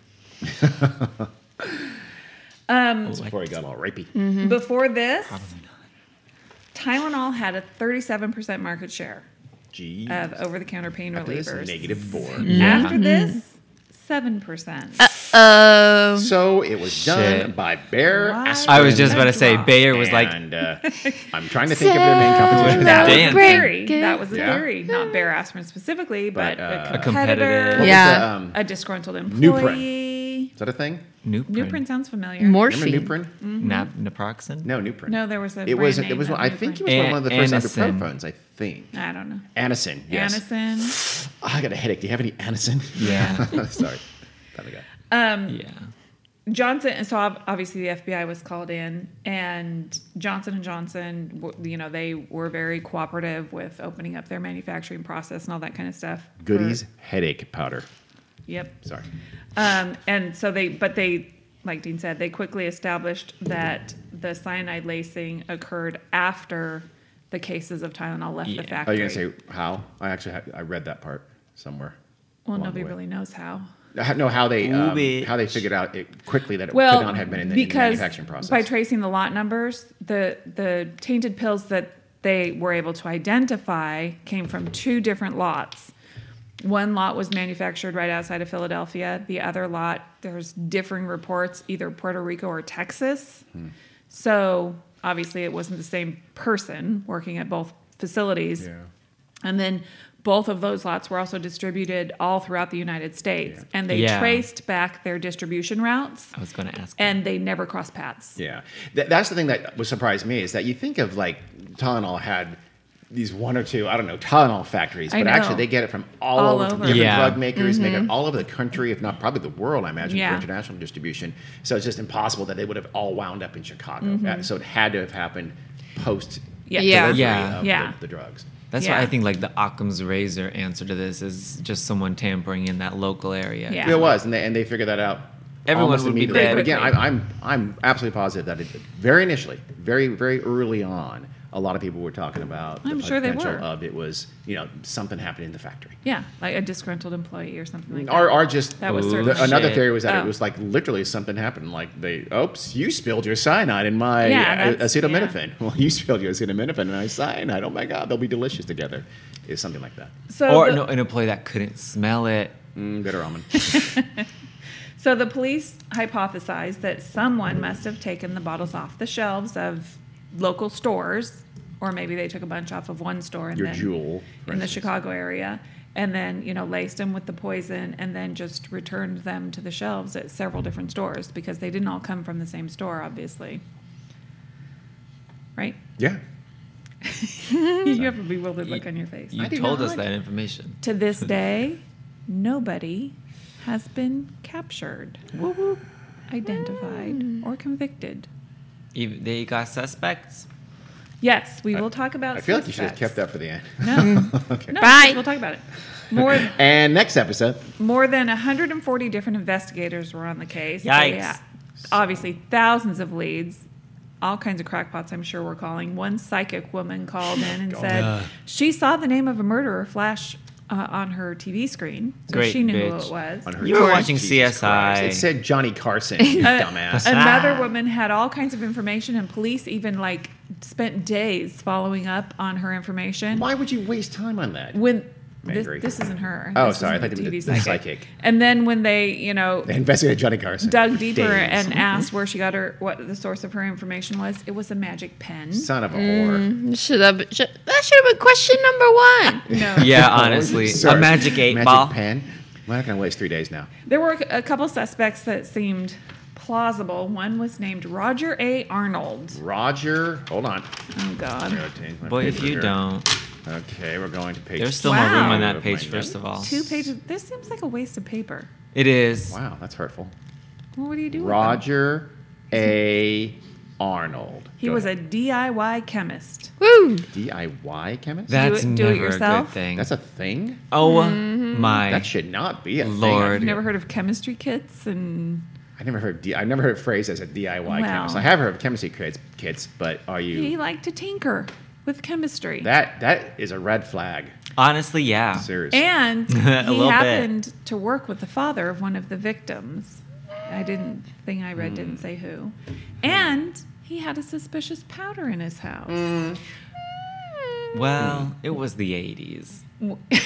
D: Before he got all rapey.
E: Mm. Before this, Tylenol had a 37% market share
D: Gee.
E: of over the counter pain
D: After this,
E: relievers.
D: negative four.
E: After
D: Mm-hmm.
E: this, 7%.
F: um,
D: So it was done
B: Shit.
D: by Bear
E: Why?
D: Aspirin.
B: I was just about to say
E: Wow.
B: Bayer was like,
D: and, uh, I'm trying to think of their main competition.
E: that was
B: Dancing.
E: a theory. That was a
D: Yeah.
E: theory. Not Bear Aspirin specifically, but,
D: But, uh,
E: a
D: A
E: competitor.
B: competitor.
F: Yeah.
D: The, um,
E: A disgruntled
D: Nuprin.
E: employee.
D: is that a thing?
B: Nuprin,
E: Nuprin sounds familiar.
F: morphine.
D: Remember Nuprin?
B: Nap-
E: mm-hmm.
B: naproxen.
D: No, Nuprin.
E: No, there was a
D: It
E: brand
D: was.
E: name
D: It was.
E: of
D: One, I think it
E: Nuprin.
D: was one of the first
B: Anacin.
D: ibuprofens. I think.
E: I don't know.
D: Anacin. Yes.
E: Anacin.
D: Oh, I got a headache. Do you have any Anacin? Oh,
B: Yeah.
D: Sorry. Thought I got-
B: yeah.
E: Johnson and so ob- obviously the FBI was called in and Johnson and Johnson w- you know they were very cooperative with opening up their manufacturing process and all that kind of stuff. for-
D: Goodies headache powder.
E: yep.
D: Sorry.
E: Um, and so they but they like Dean said they quickly established that the cyanide lacing occurred after the cases of Tylenol left
B: Yeah.
E: the
D: Are
E: factory.
D: Oh, you gonna say how? I actually had, I read that part somewhere.
E: well
D: along the
E: nobody
D: way.
E: really knows how.
D: I ha- No, how they
B: Ooh,
D: um,
B: bitch.
D: how they figured out it quickly that it
E: well,
D: could not have been in the, in the
E: because
D: manufacturing process.
E: By tracing the lot numbers, the the tainted pills that they were able to identify came from two different lots. One lot was manufactured right outside of Philadelphia. The other lot, there's differing reports, either Puerto Rico or Texas. So obviously, it wasn't the same person working at both facilities. And then both of those lots were also distributed all throughout the United States. And they
B: Yeah.
E: traced back their distribution routes
B: I was going to ask.
E: and they never crossed paths.
D: Yeah, Th- that's the thing that would surprise me is that you think of like Tylenol had these one or two I don't know Tylenol factories,
E: I
D: but actually
E: know.
D: they get it from all,
E: All
D: over,
E: over. Mm-hmm.
D: different
B: Yeah.
D: drug makers, make it all over the country, if not probably the world. I imagine
E: Yeah.
D: for international distribution. So it's just impossible that they would have all wound up in Chicago.
E: Mm-hmm.
D: Uh, So it had to have happened post
E: Yeah.
F: Yeah.
D: delivery
B: Yeah.
D: of the-
E: Yeah.
D: The, drugs.
B: That's
E: Yeah.
B: why I think like the Occam's razor answer to this is just someone tampering in that local area.
E: Yeah.
D: It was, and they, and they figured that out.
B: Everyone
D: almost
B: would be
D: immediately.
B: dead.
D: But again, I, I'm I'm absolutely positive that it, very initially, very very early on, a lot of people were talking about
E: I'm
D: the
E: sure they
D: potential
E: were.
D: of it was you know something happened in the factory,
E: Yeah, like a disgruntled employee or something like that.
D: or or just
E: That was
B: Ooh,
E: sort
D: the-
E: of
B: shit.
D: another theory was that
E: Oh.
D: it was like literally something happened, like they oops you spilled your cyanide in my
E: Yeah,
D: a-
E: that's-
D: acetaminophen. Well, you spilled your acetaminophen and my cyanide. Oh my god, they'll be delicious together. Is something like that.
E: So
B: or
E: the,
B: no, an employee that couldn't smell it.
D: Mm, bitter almond.
E: So the police hypothesized that someone must have taken the bottles off the shelves of local stores, or maybe they took a bunch off of one store and
D: Your
E: then
D: jewel for
E: in the
D: instance.
E: Chicago area, and then you know laced them with the poison, and then just returned them to the shelves at several different stores because they didn't all come from the same store, obviously. Right?
D: Yeah.
E: you have a bewildered look on your face.
B: You
D: do
B: told
D: not.
B: us that information.
E: To this day, nobody has been captured, identified,
B: Hmm.
E: or convicted.
B: Even, they got suspects.
E: Yes, we will talk about.
D: I feel like you should have kept
E: that.
D: that for the end. okay.
E: No,
F: Bye.
E: We'll talk about it. More,
D: And next episode.
E: more than 140 different investigators were on the case. So,
B: Yikes.
E: Obviously, thousands of leads. All kinds of crackpots, I'm sure, were calling. One psychic woman called in and said she saw the name of a murderer flash uh, on her TV screen, so
B: Great
E: she knew who
B: bitch.
E: it was.
D: on her
B: You were
D: teeth.
B: watching
D: Jesus
B: CSI.
D: Christ. It said Johnny Carson, you dumbass.
E: Another
B: Ah.
E: woman had all kinds of information, and police even like spent days following up on her information.
D: Why would you waste time on that?
E: When
D: I'm
E: this,
D: angry.
E: this isn't her.
D: Oh,
E: This
D: sorry,
E: isn't
D: I thought you meant the- the psychic.
E: And then when they, you know,
D: They investigated Johnny Carson.
E: dug deeper
D: Days.
E: and asked where she got her, what the source of her information was, it was a magic pen.
D: Son of a
E: Mm.
D: whore.
F: Should have, should, that should have been question number one.
E: No,
B: Yeah, honestly,
D: Sir,
B: a magic eight
D: magic
B: ball.
D: pen. We're not going to waste three days now.
E: there were a couple suspects that seemed plausible. One was named Roger A. Arnold.
D: Roger, hold on.
E: Oh God,
B: Boy, if you don't,
D: Okay, we're going to page.
B: there's still
E: Wow.
B: no room on
D: Of
B: that page.
D: my
B: First of all,
E: two pages. This seems like a waste of paper.
B: it is.
D: Wow, that's hurtful.
E: What do you do? with them?
D: Roger A. Arnold.
E: He
D: Go
E: was a
D: ahead.
E: DIY chemist.
F: Woo.
D: DIY chemist?
B: That's
E: Do it- do it
B: never a
E: yourself? Mm-hmm.
B: good thing.
D: That's a thing?
B: oh my!
D: That should not be a thing.
B: Lord.
E: I've never heard of chemistry kits and
D: I never heard D- I never heard phrase as a DIY chemist.
E: Wow.
D: I have heard of chemistry kids, kids, but are
E: he
D: you
E: liked to tinker with chemistry.
D: that that is a red flag.
B: Honestly, yeah.
D: Seriously.
E: and
B: A
E: he
B: little bit.
E: happened to work with the father of one of the victims. I didn't thing I read
D: Hmm.
E: didn't say who. And he had a suspicious powder in his house.
D: Mm. Hmm.
B: Well, it was the 80s.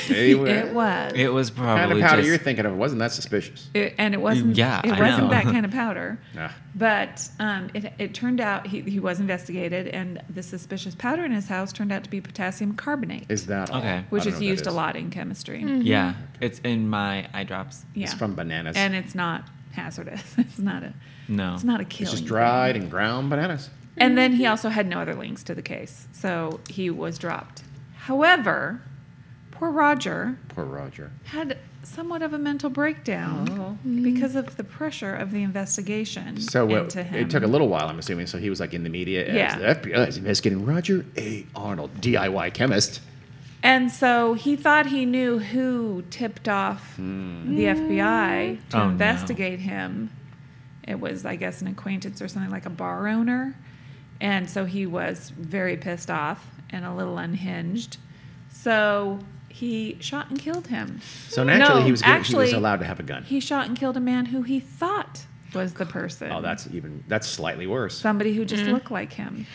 D: They were-
E: It was.
B: It was probably
D: kind of powder
B: just
D: you're thinking of wasn't that suspicious?
E: It- and it wasn't
B: Yeah,
E: it
B: I
E: wasn't
B: know.
E: that kind of powder.
D: Nah.
E: But um, it, it turned out he, he was investigated, and the suspicious powder in his house turned out to be potassium carbonate,
D: Is that all?
B: Okay.
D: I don't
E: which
D: know
E: is
D: what that
E: used a lot in chemistry.
B: yeah. It's in my eye drops.
E: Yeah.
D: It's from bananas.
E: and it's not hazardous. It's not a
B: No.
E: it's not a killing.
D: it's just dried and ground bananas.
E: And then he also had no other links to the case, so he was dropped. However, poor Roger
D: Poor Roger.
E: had somewhat of a mental breakdown because of the pressure of the investigation
D: Oh. So it,
E: into him.
D: it took a little while, I'm assuming. So he was like in the media as
E: Yeah.
D: the FBI is investigating Roger A. Arnold, DIY chemist.
E: and so he thought he knew who tipped off
D: Hmm.
E: the FBI to
B: Oh, no.
E: investigate him. It was, I guess, an acquaintance or something like a bar owner. And so he was very pissed off and a little unhinged. So he shot and killed him.
D: So naturally,
E: No,
D: he was given,
E: actually,
D: he was allowed to have a gun.
E: He shot and killed a man who he thought was the person.
D: oh, that's even that's slightly worse.
E: somebody who just looked like him.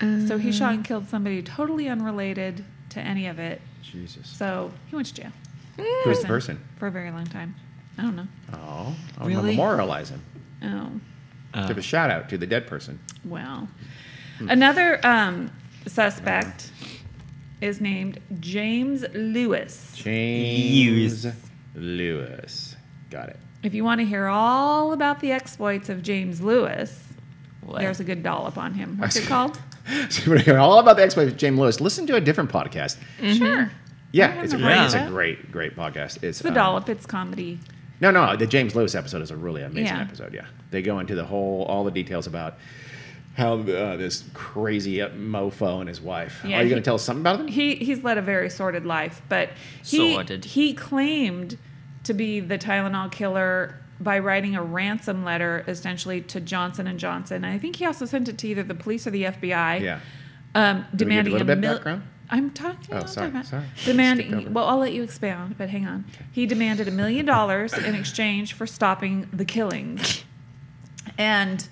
E: So he shot and killed somebody totally unrelated to any of it.
D: Jesus.
E: So he went to jail.
D: Who's the person?
E: for a very long time. I don't know.
D: Oh, I want to
B: Really?
D: memorialize him.
E: Oh.
D: Give a shout out to the dead person.
E: Well, another um, suspect is named James Lewis.
D: James Lewis. Got it.
E: If you want to hear all about the exploits of James Lewis,
B: What?
E: there's a good dollop on him. What's it
D: see.
E: called?
D: So we're hearing all about the exploits of James Lewis. Listen to a different podcast.
E: Sure.
D: Yeah, it's a great,
B: remember
D: it's a
E: that.
D: great, great podcast. It's
E: It's the
D: um,
E: dollop. It's comedy.
D: No, no, the James Lewis episode is a really amazing
E: Yeah.
D: episode. Yeah, they go into the whole, all the details about how uh, this crazy mofo and his wife. Are
E: Yeah,
D: you
E: he-
D: going to tell us something about them?
E: He he's led a very sordid life, but he
B: Sordid.
E: he claimed to be the Tylenol killer by writing a ransom letter essentially to Johnson and Johnson. And I think he also sent it to either the police or the FBI.
D: Yeah.
E: um,
D: we give a
E: demanding
D: little bit
E: mil-
D: background?
E: I'm talking.
D: Oh,
E: I'm
D: sorry,
E: talking about-
D: sorry. Skipped over.
E: Demanding. Well, I'll let you expound, but hang on. He demanded a million dollars in exchange for stopping the killings, and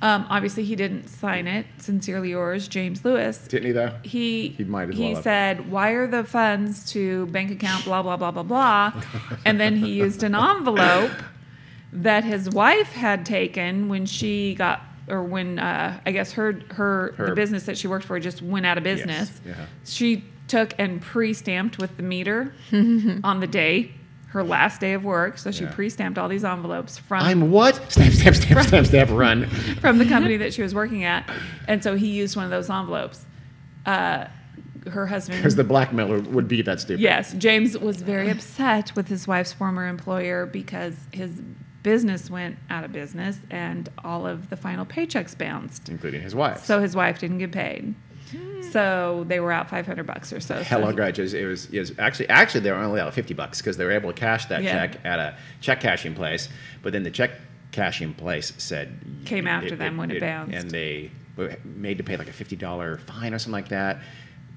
E: um, obviously he didn't sign it. Sincerely yours, James Lewis.
D: Didn't he though?
E: He
D: He might as
E: he
D: well have.
E: said, um, "Wire the funds to bank account blah blah blah blah blah," and then he used an envelope that his wife had taken when she got or when uh, I guess her, her
D: Her-
E: the business that she worked for just went out of business.
D: Yeah.
E: She took and pre-stamped with the meter on the day her last day of work, so she
D: Yeah.
E: pre-stamped all these envelopes from
D: I'm what? Stamp, stamp, stamp, stamp, stamp, run.
E: from the company that she was working at, and so he used one of those envelopes. Uh, her husband
D: Because the blackmailer would be that stupid.
E: Yes, James was very upset with his wife's former employer because his business went out of business and all of the final paychecks bounced.
D: Including his wife.
E: So his wife didn't get paid. So they were out 500 bucks or so.
D: Hello,
E: So-
D: grudges. It was, it was actually actually they were only out fifty bucks because they were able to cash that
E: Yeah.
D: check at a check cashing place. But then the check cashing place said
E: Came after them when it bounced.
D: and they were made to pay like a fifty dollar fine or something like that.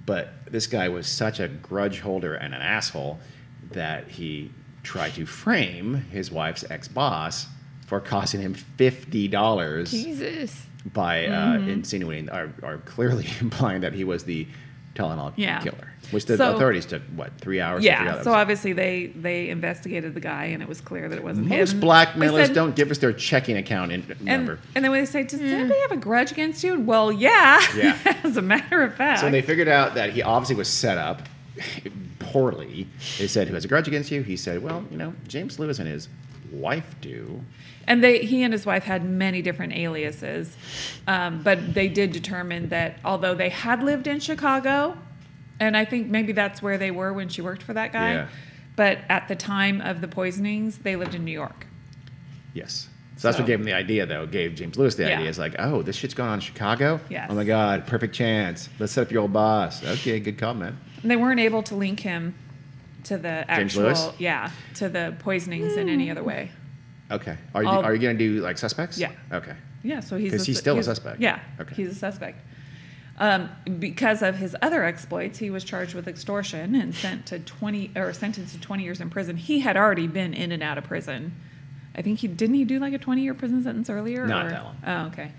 D: But this guy was such a grudge holder and an asshole that he tried to frame his wife's ex boss for costing him fifty dollars
F: Jesus.
D: by uh,
E: Mm-hmm.
D: insinuating or, or clearly implying that he was the Tylenol
E: Yeah.
D: killer, which the
E: So-
D: authorities took what three hours? to figure
E: Yeah,
D: out
E: so
D: that
E: obviously they they investigated the guy and it was clear that it wasn't
D: was-
E: him.
D: most
E: They
D: blackmailers
E: said-
D: don't give us their checking account in,
E: And,
D: number.
E: and then when they say, "Does anybody have a grudge against you?" Well, yeah.
D: Yeah.
E: As a matter of fact.
D: So when they figured out that he obviously was set up poorly, they said, "Who has a grudge against you?" He said, "Well, you know, James Lewis and his wife do."
E: And they, he and his wife had many different aliases, um, but they did determine that although they had lived in Chicago, and I think maybe that's where they were when she worked for that guy,
D: Yeah.
E: but at the time of the poisonings, they lived in New York.
D: Yes. So that's what
E: So-
D: gave him the idea, though. Gave James Lewis the
E: Yeah.
D: idea. It's like, oh, this shit's going on in Chicago.
E: Yes.
D: Oh my God, perfect chance. Let's set up your old boss. Okay, good call, man.
E: And they weren't able to link him to the
D: James
E: actual,
D: Lewis?
E: yeah, to the poisonings in any other way.
D: Okay. Are you,
E: All-
D: are you going to do like suspects?
E: Yeah.
D: Okay.
E: Yeah, so he's
D: 'Cause
E: a
D: he's
E: su-
D: still a suspect.
E: Yeah,
D: Okay.
E: he's a suspect. Um, because of his other exploits, he was charged with extortion and sent to twenty or sentenced to twenty years in prison. He had already been in and out of prison. I think he didn't he do like a twenty year prison sentence earlier.
D: Not
E: or-
D: that long.
E: Oh, okay.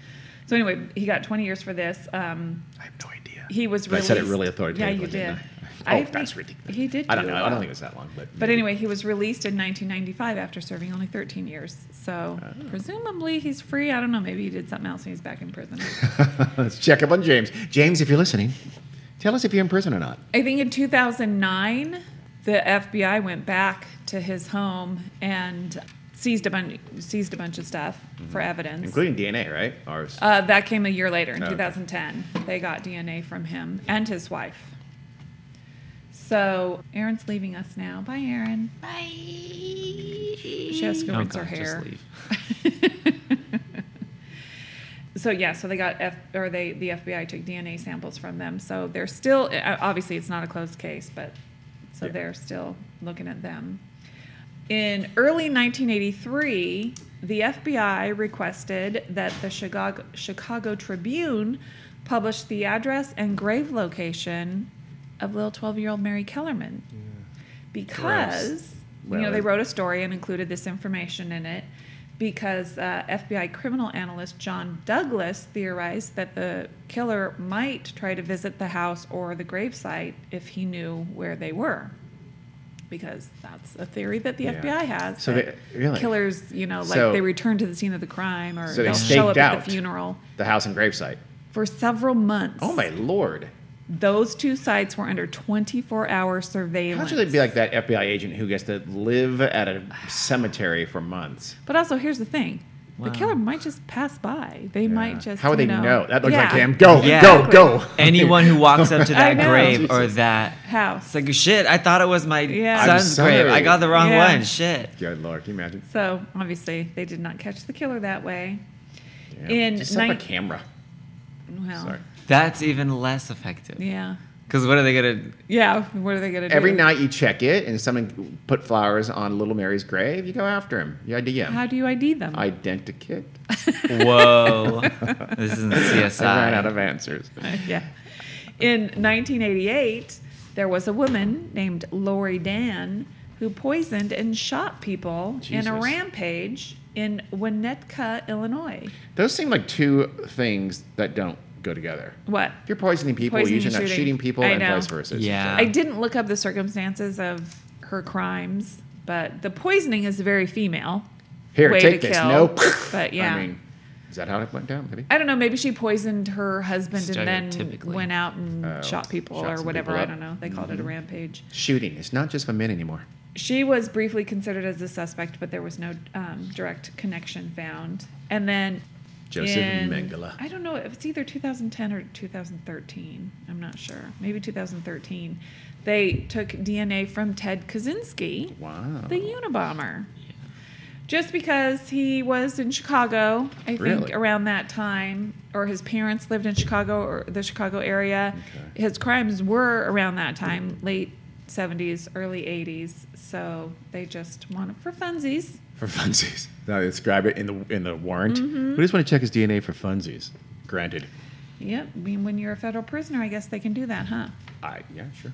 E: So anyway, he got twenty years for this. Um,
D: I have no idea.
E: he was
D: But I
E: released.
D: said it really authoritatively.
E: Yeah, you did.
D: didn't I?
E: I
D: Oh,
E: think
D: that's ridiculous.
E: He did.
D: I don't
E: do
D: know.
E: a
D: I
E: lot.
D: don't think it was that long, but.
E: But anyway, he was released in 1995 after serving only 13 years. So
D: Oh.
E: presumably he's free. I don't know. Maybe he did something else and he's back in prison.
D: Let's check up on James. James, if you're listening, tell us if you're in prison or not.
E: I think in 2009, the FBI went back to his home and seized a bunch seized a bunch of stuff for evidence.
D: Mm-hmm. Including DNA, right? Ours.
E: uh, that came a year later in
D: Oh, okay.
E: 2010. They got DNA from him and his wife. So Aaron's leaving us now. Bye, Aaron.
F: Bye.
E: She has to go
B: Oh,
E: rinse
B: God,
E: her hair.
B: just leave.
E: so yeah, so they got F or they the FBI took DNA samples from them. So they're still uh, obviously it's not a closed case, but so
D: Yeah.
E: they're still looking at them. In early 1983, the FBI requested that the Chicago, Chicago Tribune publish the address and grave location of little 12-year-old Mary Kellerman because you
D: Well,
E: know they
D: it-
E: wrote a story and included this information in it because uh, FBI criminal analyst John Douglas theorized that the killer might try to visit the house or the gravesite if he knew where they were. because that's a theory that the
D: Yeah.
E: FBI has.
D: So
E: that
D: they- really?
E: killers, you know, like
D: So-
E: they return to the scene of the crime or
D: So they
E: they'll show up
D: staked
E: at
D: out.
E: the funeral
D: The house and gravesite.
E: for several months.
D: Oh my lord!
E: Those two sites were under 24-hour surveillance.
D: How should it be like that FBI agent who gets to live at a cemetery for months?
E: But also, here's the thing: the
B: Wow.
E: killer might just pass by. They
D: Yeah.
E: might just.
D: How would they
E: you
D: know?
E: know,
D: That looks like
E: Yeah.
D: him. Go,
B: Yeah.
D: go, go.
B: Anyone who walks up to
E: I
B: that
E: know.
B: grave or that
E: House.
B: It's like shit. I thought it was my
E: Yeah. I'm
B: son's grave.
D: sorry.
B: I got the wrong
E: Yeah.
B: one. Shit.
D: Good lord, can you imagine?
E: so obviously, they did not catch the killer that way.
D: Yeah.
E: In
D: Just set up
E: nine-
D: a camera.
E: Well,
D: Sorry.
B: That's even less effective.
E: yeah,
B: Because what are they gonna?
E: yeah. What are they gonna do?
D: Every night you check it, and someone put flowers on Little Mary's grave. You go after him. You ID him.
E: How do you ID them?
D: Identikit.
B: Whoa. this isn't CSI.
D: I ran out of answers.
E: yeah. In 1988, there was a woman named Lori Dan who poisoned and shot people in a
D: Jesus.
E: rampage in Winnetka, Illinois.
D: Those seem like two things that don't go together.
E: What?
D: If you're poisoning people,
E: Poisoning
D: you're usually
E: and
D: not
E: shooting.
D: shooting people,
E: I
D: and
E: know.
D: vice versa. It's
B: Yeah.
E: I didn't look up the circumstances of her crimes, but the poisoning is very female.
D: just- Here,
E: Way
D: take
E: to
D: this.
E: kill.
D: Nope.
E: But yeah.
D: I mean, is that how it went down? Maybe.
E: I don't know. Maybe she poisoned her husband and then
B: Stereotypically.
E: went out and
D: Oh,
E: shot people
D: shot
E: or
D: some
E: whatever.
D: people
E: I
D: up. Mm-hmm.
E: don't know. They called it a rampage.
D: Shooting. It's not just for men anymore.
E: She was briefly considered as a suspect, but there was no um, direct connection found. And then
D: Joseph
E: in-
D: Mengele.
E: I don't know if it's either 2010 or 2013. I'm not sure. Maybe 2013. They took DNA from Ted Kaczynski,
D: Wow.
E: the Unabomber, just because he was in Chicago. I think
D: Really?
E: around that time, or his parents lived in Chicago or the Chicago area.
D: Okay.
E: His crimes were around that time, late 70s, early 80s. So they just wanted for funsies.
D: For funsies. Now they describe it in the in the warrant.
E: Mm-hmm.
D: We just want to check his DNA for funsies. Granted.
E: Yep. I mean, when you're a federal prisoner, I guess they can do that, huh?
D: I yeah sure.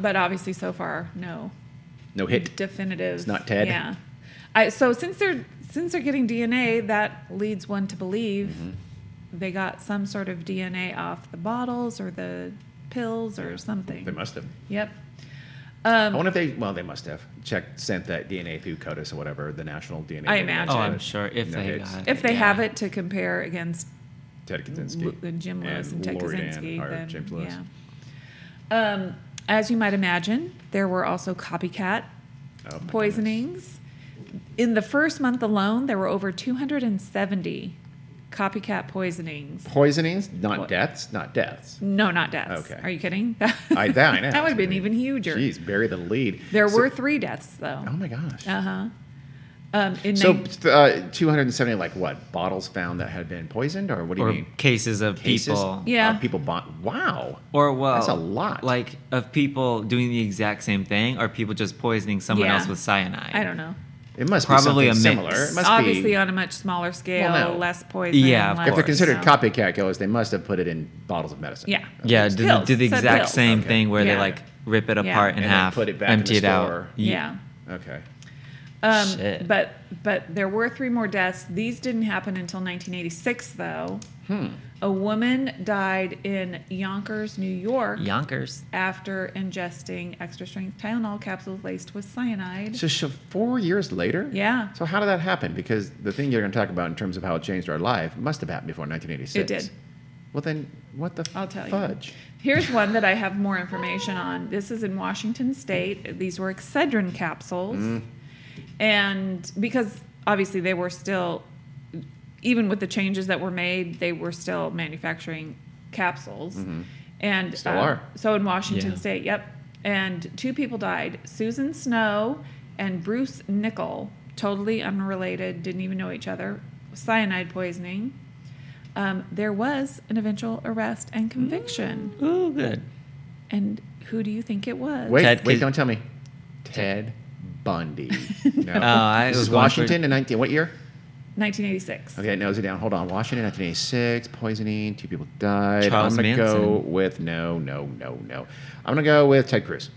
E: But obviously, so far, no
D: No hit.
E: definitive.
D: It's not Ted.
E: Yeah. I, so since they're since they're getting DNA, that leads one to believe
D: Mm-hmm.
E: they got some sort of DNA off the bottles or the pills or something.
D: They must have.
E: Yep. Um,
D: I wonder if they well they must have checked sent that DNA through CODIS or whatever the national DNA.
E: I
D: database.
E: imagine.
B: Oh, I'm sure if
D: No
B: they
D: hits.
B: got it,
E: If they
B: yeah.
E: have it to compare against
D: Ted
E: Lu-
D: Kaczynski.
E: the Jim Lewis and, Ted
D: Lori Dan,
E: Kaczynski,
D: or
E: then
D: James Lewis.
E: yeah. Um, as you might imagine, there were also copycat
D: Oh, my goodness.
E: poisonings. In the first month alone, there were over 270 copycat poisonings.
D: Poisonings, not
E: What?
D: deaths, not deaths.
E: No, not deaths.
D: Okay.
E: Are you kidding?
D: I, that, I know.
E: that would have been even huger.
D: Jeez, bury the lead.
E: There
D: So-
E: were three deaths, though.
D: Oh my gosh.
E: Uh huh. Um, in
D: so
E: nine-
D: uh, 270 like what bottles found that had been poisoned or what do you
B: Or
D: mean?
B: cases of
D: Cases?
B: people.
E: Yeah.
D: Uh, people bought. Wow.
B: Or well,
D: That's a lot.
B: Like of people doing the exact same thing, or people just poisoning someone
E: Yeah.
B: else with cyanide.
E: I don't know.
D: It must
B: Probably
D: be
B: a
D: something
B: mix.
D: similar. It must
E: Obviously,
D: be.
E: on a much smaller scale,
D: Well, no.
E: less poison.
B: Yeah, of
E: less-
D: if they're
B: course.
D: considered
E: so-
D: copycat killers, they must have put it in bottles of medicine.
E: Yeah.
B: Yeah, do, the-
E: Pills.
B: do the
E: Said
B: exact
E: pills.
B: same
D: Okay.
B: thing where
E: Yeah.
B: they like rip it apart
E: Yeah.
B: in
E: And
D: then
B: half,
D: put it back in the
B: empty it out.
D: store.
B: Ye-
E: Yeah.
D: Okay.
E: Um,
B: Shit.
E: But but there were three more deaths. These didn't happen until 1986, though.
D: Hmm.
E: A woman died in Yonkers, New York,
B: Yonkers.
E: after ingesting extra-strength Tylenol capsules laced with cyanide.
D: So, so four years later.
E: Yeah.
D: So how did that happen? Because the thing you're going to talk about in terms of how it changed our life must have happened before 1986.
E: It did.
D: Well then, what the
E: I'll tell you.
D: fudge?
E: Here's one that I have more information on. This is in Washington State. These were Excedrin capsules.
D: Mm-hmm.
E: And because obviously they were still, even with the changes that were made, they were still manufacturing capsules. And
D: Mm-hmm. Still
E: um,
D: are.
E: So in Washington
B: Yeah.
E: State, yep. And two people died Susan Snow and Bruce Nickel, totally unrelated, didn't even know each other, cyanide poisoning. Um, there was an eventual arrest and
D: Mm.
E: conviction.
B: Ooh, good.
E: And who do you think it was?
D: Wait,
B: Ted
D: wait,
B: Kid-
D: don't tell me. Ted Bundy. No.
B: Uh, I
D: this
B: was
D: is
B: going for-
D: Washington in 19 what year?
E: 1986.
D: Okay, it narrows it down. Hold on. Washington, 1986, poisoning, two people died.
B: Charles
D: I'm gonna go
B: Manson.
D: with no, no, no, no. I'm gonna go with Ted Cruz.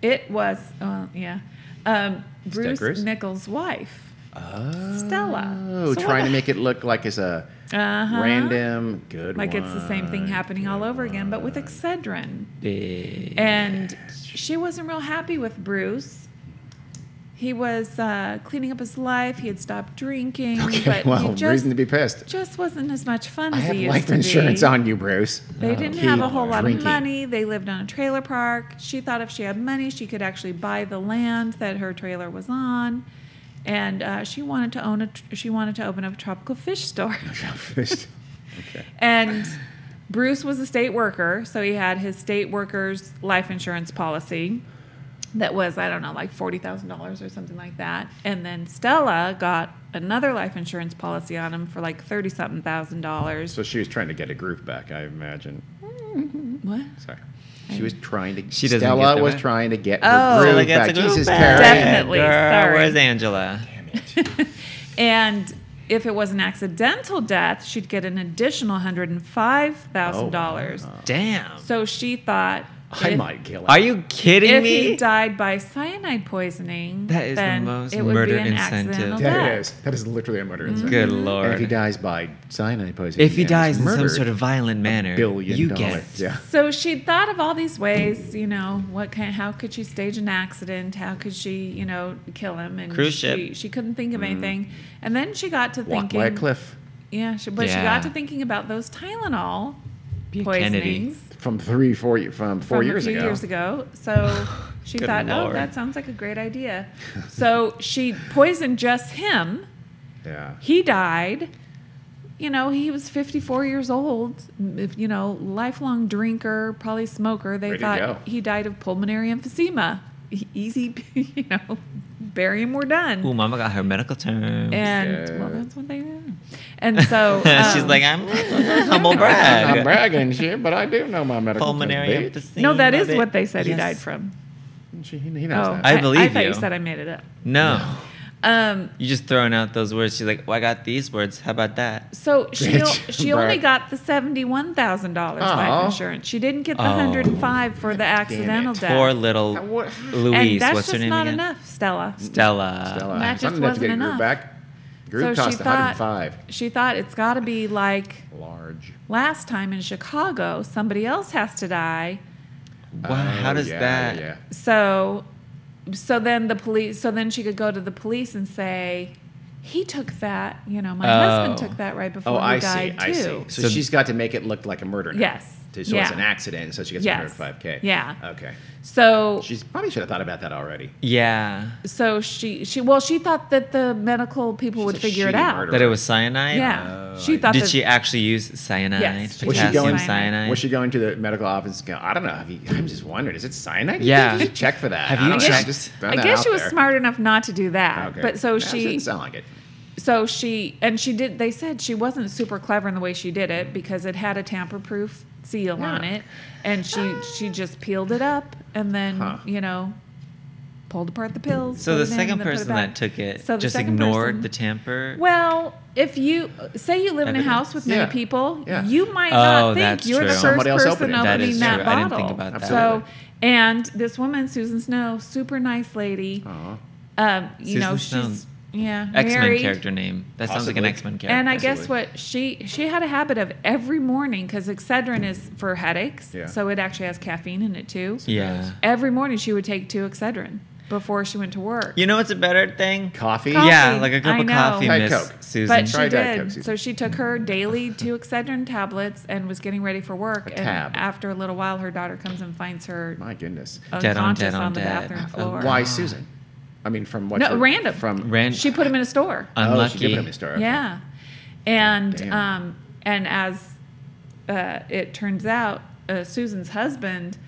E: It was, uh, yeah, um, Bruce
D: Cruz?
E: Nichols' wife.
D: Oh,
E: Stella. So
D: Oh,
E: what
D: trying
E: the-
D: to make it look like it's a
E: Uh-huh.
D: random good.
E: Like it's the same thing
D: one,
E: happening all
D: good
E: over again, but with
D: one.
E: Excedrin.
B: Big.
E: And she wasn't real happy with Bruce. He was uh, cleaning up his life. He had stopped drinking,
D: Okay,
E: but
D: well,
E: he just,
D: reason to be pissed.
E: just wasn't as much fun
D: I
E: as
D: have
E: he used
D: life
E: to
D: insurance
E: be.
D: on you, Bruce.
E: They didn't
D: keep
E: have a whole lot
D: drinking.
E: of money. They lived on a trailer park. She thought if she had money, she could actually buy the land that her trailer was on, and uh, she wanted to own a. tr- She wanted to open up a tropical fish store. And Bruce was a state worker, so he had his state worker's life insurance policy that was, I don't know, like $40,000 or something like that. And then Stella got another life insurance policy on him for like 30 something thousand dollars.
D: so she was trying to get a groove back, I imagine.
E: What?
D: Sorry. She was trying to.
B: She doesn't
D: Stella
B: get the
D: was
B: right-
D: trying to get
E: Oh.
D: her groove
B: Stella gets
D: back.
B: a group
D: Jesus,
B: back.
D: Carrie.
E: Definitely,
B: Girl,
E: sorry.
B: Where's Angela?
E: And if it was an accidental death, she'd get an
B: Oh,
E: additional $105,000.
B: Damn.
E: So she thought
D: I
E: if-
D: might kill her.
B: Are you kidding
E: if
B: me?
E: he died by cyanide poisoning,
B: That is the
E: then
B: most
E: it would
B: murder
E: be an
B: incentive.
E: accidental
D: That
E: death.
D: is. That is literally a
E: Mm-hmm.
D: murder incident.
B: Good
E: Hmm?
D: And if he
B: lord.
D: dies by cyanide poisoning,
B: If he
D: and
B: dies
D: is
B: in some
D: murdered,
B: sort of violent manner,
D: billion
B: you
D: dollars.
B: get
D: Yeah.
E: So she thought of all these ways, you know, what kind, how could she stage an accident? How could she, you know, kill him? And
B: Cruise
E: she,
B: ship. Mm.
E: she couldn't think of anything. And then she got to
D: Walk
E: thinking,
D: by a cliff
E: yeah, she, but she
B: Yeah.
E: got to thinking about those Tylenol
B: Be a Kennedy.
E: poisonings
D: from three, four, ye- from four
E: from
D: years
E: a few
D: ago.
E: years ago. So she
B: Good
E: thought, oh,
B: Lord.
E: that sounds like a great idea. So she poisoned just him.
D: Yeah.
E: he died. You know, he was 54 years old. If, you know, lifelong drinker, probably smoker. They
D: Ready to go.
E: thought he died of pulmonary emphysema. E- Easy, you know, bury him, we're done.
B: Ooh, mama got her medical term.
E: and well,
D: Yeah.
E: that's what they do. And so
B: She's
E: um,
B: like, I'm humble
D: I'm
B: brag.
D: bragging here, but I do know my medical
B: Pulmonary
D: terms, bitch.
B: emphysema.
E: no, that is what they
B: bitch.
E: said he
B: Yes.
E: died from.
D: She- He he knows
E: Oh,
D: that.
B: I believe
E: thought you
B: you.
E: said I made it up.
B: No.
E: Um,
B: You're just throwing out those words. She's like, well, I got these words. How about that?
E: So she
D: Bitch.
E: she only
D: Brag.
E: got the seventy one thousand dollars
D: Aw.
E: life insurance. She didn't get the
B: Oh.
E: hundred and five for the accidental death.
B: Poor little
D: What-
B: Louise.
E: and that's
B: What's
E: just
B: her name
E: not
B: again?
E: enough, Stella.
B: Stella.
D: Stella,
E: that Uh, just
D: something to have to get
E: wasn't
D: groove
E: enough.
D: back.
E: So she
D: Groove cost
E: thought-
D: 105.
E: She thought it's got to be like
D: Large.
E: last time in Chicago, somebody else has to die.
B: Wow. how
D: Oh,
B: does
D: yeah,
B: that?
D: Yeah.
E: So, so then the police. So then she could go to the police and say, "He took that. You know, my husband
B: Oh.
E: took that right before
D: Oh,
E: he
D: I see.
E: died
D: I
E: too."
D: see. So,
B: So-
D: she's got to make it look like a murder. now.
E: Yes.
D: To- So
E: Yeah.
D: it's an accident, so she gets
E: Yes.
D: 105K.
E: Yeah.
D: Okay.
E: So
D: She probably should have thought about that already.
B: Yeah.
E: So she she well she thought that the medical people
D: She's
E: would
D: a
E: figure it
D: shitty
E: out.
D: murderer.
B: That it was cyanide?
E: Yeah,
D: Oh,
E: she
D: I-
E: thought
B: Did
E: that
B: she actually use cyanide?
E: Yes, she
D: Was she
B: Potassium
D: going-
B: cyanide?
D: Was she going to the medical office and go, I don't know. Have you, I'm just wondering, is it cyanide? You
B: Yeah.
D: think You should check for that.
B: Have
D: I
B: you
D: don't know,
B: checked-
D: just throwing
E: I
D: that
E: guess
D: out
E: she was
D: there.
E: smart enough not to do that.
D: Okay.
E: But so
D: Yeah, it
E: she
D: didn't sound like it.
E: so she and she did they said she wasn't super clever in the way she did it because it had a tamper proof seal on
D: Yeah.
E: it and she she just peeled it up and then
D: Huh.
E: you know pulled apart the pills.
B: So
E: put
B: the
E: it in,
B: second
E: then put it
B: person
E: back.
B: that took it
E: So the
B: just
E: second
B: ignored
E: person-
B: the tamper.
E: Well, if you say you live in a house with many
D: Yeah.
E: people,
D: Yeah.
E: you might
B: Oh,
E: not think
B: that's
E: you're the
B: true.
E: first
D: Somebody else
E: person
D: opened it.
E: opening
D: That
E: that,
D: is
B: true. I didn't
E: bottle.
B: think about that.
E: So,
D: Absolutely.
E: and this woman, Susan Snow, super nice lady.
D: Aw.
E: Um, you
B: Susan
E: know,
B: Snow.
E: she's yeah
B: X Men
E: married.
B: character name. That sounds like an
D: Possibly.
B: X Men character.
E: And I guess what she she had a habit of every morning because Excedrin is for headaches,
D: Yeah.
E: so it actually has caffeine in it too.
B: Yeah.
E: Every morning she would take two Excedrin before she went to work.
B: You know what's a better thing?
D: Coffee?
E: Coffee.
B: Yeah, like a cup
E: I
B: of
E: know.
B: coffee,
D: Diet
B: Miss
D: Coke.
B: Susan.
E: But
D: Try
E: she
D: Diet Coke,
E: did.
D: Susan.
E: So she took her daily two Excedrin tablets and was getting ready for work.
D: A
E: and
D: tab.
E: after a little while, her daughter comes and finds her
D: My goodness.
B: Dead on,
E: unconscious
B: dead on,
E: the
B: dead.
E: bathroom
B: Oh,
E: floor.
D: Why Susan? I mean, from what?
E: No,
D: you're-
E: random.
D: From
B: Ran-
E: She put him in a store.
D: Oh, she
B: unlucky.
D: did put him in star. okay.
E: Yeah, and
D: Damn.
E: um, and as uh, it turns out, uh, Susan's husband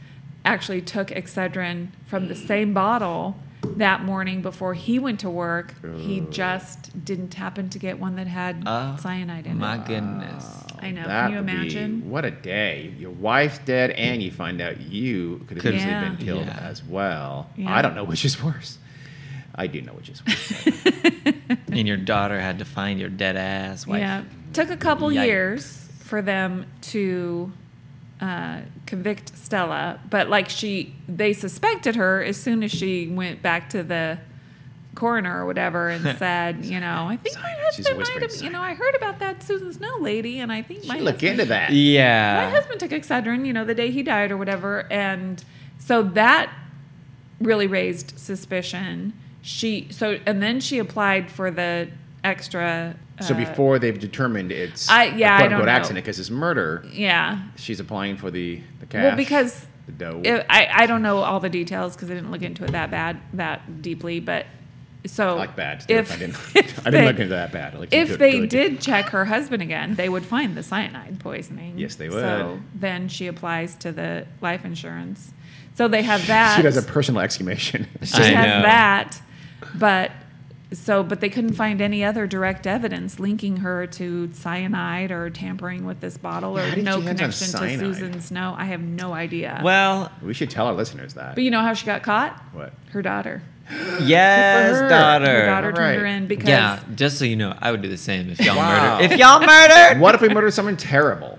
E: actually took Excedrin from the same bottle that morning before he went to work. He just didn't happen to get one that had
B: Oh,
E: cyanide in
B: My
E: it.
B: goodness.
E: I know.
D: That
E: Can you
D: would be-
E: imagine?
D: what a day. Your wife's dead, and you find out you could have
B: Could-
D: easily
E: Yeah.
D: been killed
B: Yeah.
D: as well.
E: Yeah.
D: I don't know which is worse. I do know which is worse.
B: And your daughter had to find your dead ass wife.
E: Yeah. Took a couple
B: Yikes.
E: years for them to uh, convict Stella, but like she, they suspected her as soon as she went back to the coroner or whatever and said, you know, I think my
D: Cyanide. She's
E: husband might
D: whispering
E: have, you know, I heard about that Susan Snow lady, and I think my
D: You look
E: husband,
D: into that.
B: Yeah.
E: my husband took Excedrin, you know, the day he died or whatever, and so that really raised suspicion. she so and then she applied for the extra. Uh,
D: So before they've determined it's
E: I- yeah, I
D: a
E: don't
D: quote-unquote
E: know.
D: accident because it's murder,
E: yeah,
D: she's applying for the, the cash.
E: well because
D: the dough.
E: it, I I don't know all the details because I didn't look into it that bad that deeply, but so
D: like bad.
E: If,
D: I didn't,
E: if
D: I didn't look
E: they-
D: into that bad. Like,
E: if
D: good-
E: they
D: good.
E: did check her husband again, they would find the cyanide poisoning.
D: Yes, they
E: So
D: would.
E: then she applies to the life insurance. So they have that.
D: she does a personal exclamation.
E: She
B: I
E: has
B: know.
E: that, but so but they couldn't find any other direct evidence linking her to cyanide or tampering with this bottle or
D: How did
E: no
D: she end on
E: connection to
D: cyanide?
E: Susan Snow. I have no idea.
B: Well,
D: we should tell our listeners that.
E: but you know how she got caught?
D: what?
E: Her daughter.
B: yes,
D: her.
B: daughter.
E: Her daughter turned her
D: Alright.
E: in because
B: Yeah, just so you know, I would do the same if y'all
D: Wow.
B: murdered. If y'all murdered,
D: What if we murder someone terrible?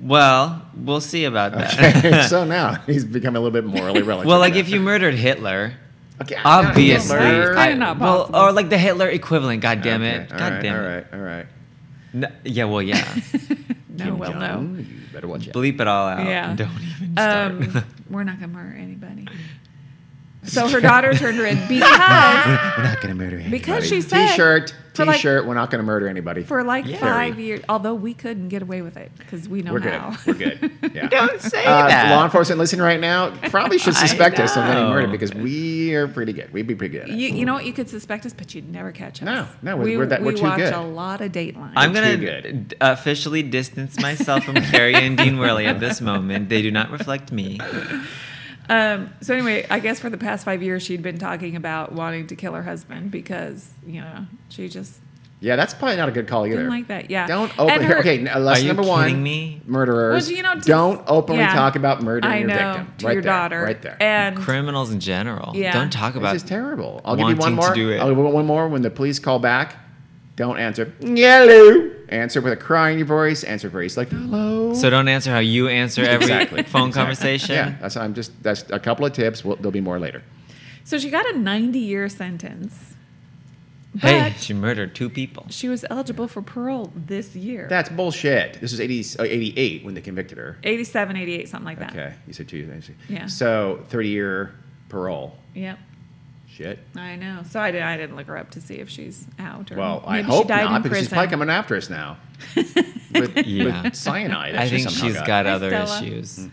B: well, we'll see about that.
D: Okay, so now he's become a little bit morally relevant.
B: well, like if you murdered Hitler,
D: okay, I'm not-
B: obviously,
E: That's kinda
B: I-
E: not
B: well,
E: possible.
B: or like the Hitler equivalent. God damn it!
D: Okay,
B: God
D: all right,
B: damn it!
D: All right, all right.
B: No- yeah, well, yeah.
E: no, well, no.
D: Jung, You better watch out.
B: Bleep it all out.
E: Yeah.
B: Don't even start.
E: Um, we're not gonna murder anybody. So her daughter turned her in because
D: We're not gonna murder anybody.
E: Because she said
D: T-shirt,
E: for like-
D: T-shirt. we're not gonna murder anybody.
E: for like
B: Yeah.
E: five years, although we couldn't get away with it because we know
D: we're good.
E: how.
D: We're good. Yeah.
B: Don't say
D: Uh,
B: that.
D: Law enforcement, listen right now. Probably should suspect us of any
B: know.
D: murder because we are pretty good. We'd be pretty good. At it.
E: You, you know what? You could suspect us, but you'd never catch us.
D: No, no, we're- we're that- we're
E: we
D: too
E: watch
D: good.
E: a lot of Dateline.
B: I'm
D: You're
B: gonna
D: too
B: d- officially distance myself from Carrie and Dean Worley at this moment. They do not reflect me.
E: um, so anyway, I guess for the past five years, she'd been talking about wanting to kill her husband because you know she just
D: Yeah, that's probably not a good call either.
E: didn't like that. Yeah,
D: Don't
E: And
D: open.
E: her-
D: okay, n- uh, lesson
B: Are you
D: number one:
B: kidding me?
D: murderers.
E: Well, you know, just-
D: don't openly
E: yeah.
D: talk about murdering
E: I
D: your
E: know,
D: victim.
E: to
D: right
E: your
D: there,
E: daughter,
D: right there.
E: and
B: Criminals in general.
E: Yeah.
B: Don't talk about
D: this is terrible. I'll give you one
B: wanting to
D: more.
B: do it.
D: I'll give you one more. When the police call back, don't answer. Hello. Answer with a cry in your voice. Answer very like hello.
B: So don't answer how you answer every
D: Exactly.
B: phone
D: Exactly.
B: conversation.
D: yeah, that's. I'm just. That's a couple of tips. We'll, there'll be more later.
E: so she got a 90 year sentence,
B: Hey,
E: but
B: she murdered two people.
E: she was eligible for parole this year.
D: That's bullshit. This is 80, uh, 88 when they convicted her.
E: 87, 88, something like that.
D: Okay, you said two. I see.
E: Yeah.
D: So 30 year parole.
E: Yep.
D: Shit.
E: I know. So I didn't. I didn't look her up to see if she's out. Or
D: Well, I
E: maybe
D: hope
E: she died
D: not
E: in
D: because she's
E: prison.
D: probably coming after us now. with,
B: Yeah.
D: with cyanide. that
B: I
D: she
B: think
D: somehow
B: she's
D: got. Hmm.
B: got
E: Hi,
B: other
E: Stella.
B: issues.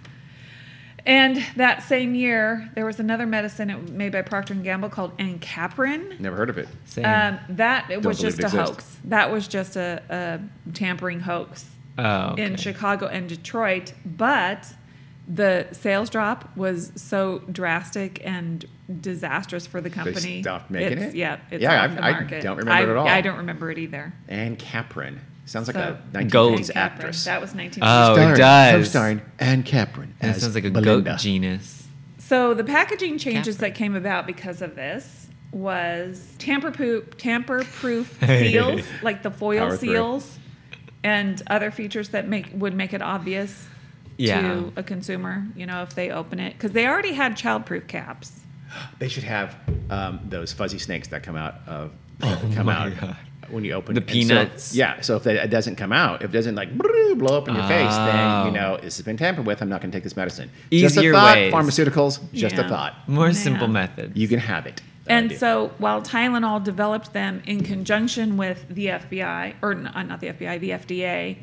E: And that same year, there was another medicine it- made by Procter and Gamble called Encaprin.
D: Never heard of it.
B: Same.
E: Um, that it was
D: believe
E: just
D: it
E: a
D: exists.
E: hoax. That was just a, a tampering hoax
B: oh, okay.
E: in Chicago and Detroit. But the sales drop was so drastic and disastrous for the company.
D: stopped making
E: It's-
D: it?
E: Yeah, it's
D: Yeah,
E: off
D: I-
E: the
D: I
E: market.
D: don't remember it at all.
E: I don't remember it either.
D: Anne Capron. Sounds like
E: So-
D: a
B: Goat.
D: 1950s
E: Encaprin.
D: actress.
E: That was 19.
B: Oh, it does.
D: Co-starring Anne Capron.
B: That
D: as
B: sounds like a
D: Belinda.
B: goat genus.
E: So the packaging changes that
B: Capper.
E: came about because of this was tamper poop, tamper proof seals, like the foil
D: Power through.
E: seals, and other features that make would make it obvious
B: Yeah.
E: to a consumer, you know, if they open it because they already had childproof caps.
D: They should have um, those fuzzy snakes that come out of that come
B: my
D: out
B: God.
D: when you open
B: The
D: it. And
B: peanuts?
D: So, yeah. So if that it doesn't come out, if it doesn't like brrrr, blow up in your face, then
B: Oh.
D: you know this has been tampered with. I'm not going to take this medicine. just a
B: Easier
D: thought.
B: ways.
D: Pharmaceuticals. Just
E: Yeah.
D: a thought.
B: More
E: Yeah.
B: simple methods.
D: You can have it. That
E: And
D: idea.
E: so while Tylenol developed them in conjunction with the FBI, or n- uh, not the FBI, the FDA,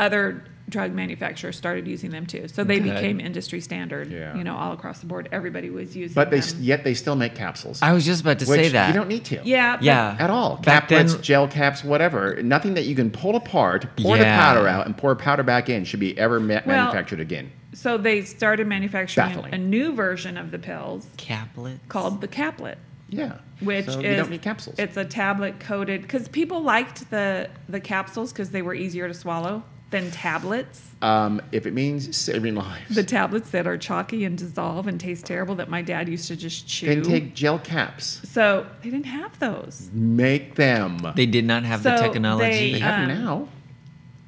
E: other drug manufacturers started using them too. So they
B: Good.
E: became industry standard,
D: Yeah.
E: you know, all across the board. Everybody was using
D: but they
E: them.
D: yet they still make capsules.
B: I was just about to
D: which
B: say that.
D: you don't need to.
E: yeah. but-
B: Yeah.
D: At all,
B: Back
D: caplets,
B: then-
D: gel caps, whatever. Nothing that you can pull apart, pour the
B: Yeah.
D: powder out, and pour powder back in should be ever ma-
E: Well,
D: manufactured again.
E: So they started manufacturing
D: Baffling.
E: a new version of the pills
B: Caplet.
E: called the caplet,
D: Yeah,
E: which
D: so
E: is
D: you don't need capsules.
E: It's a tablet coated because people liked the the capsules because they were easier to swallow than tablets.
D: Um, if it means saving lives,
E: The tablets that are chalky and dissolve and taste terrible that my dad used to just chew.
D: then take gel caps.
E: so they didn't have those.
D: Make them.
B: They did not have the
E: So
B: technology.
D: They
E: they,
D: have
E: um,
D: now.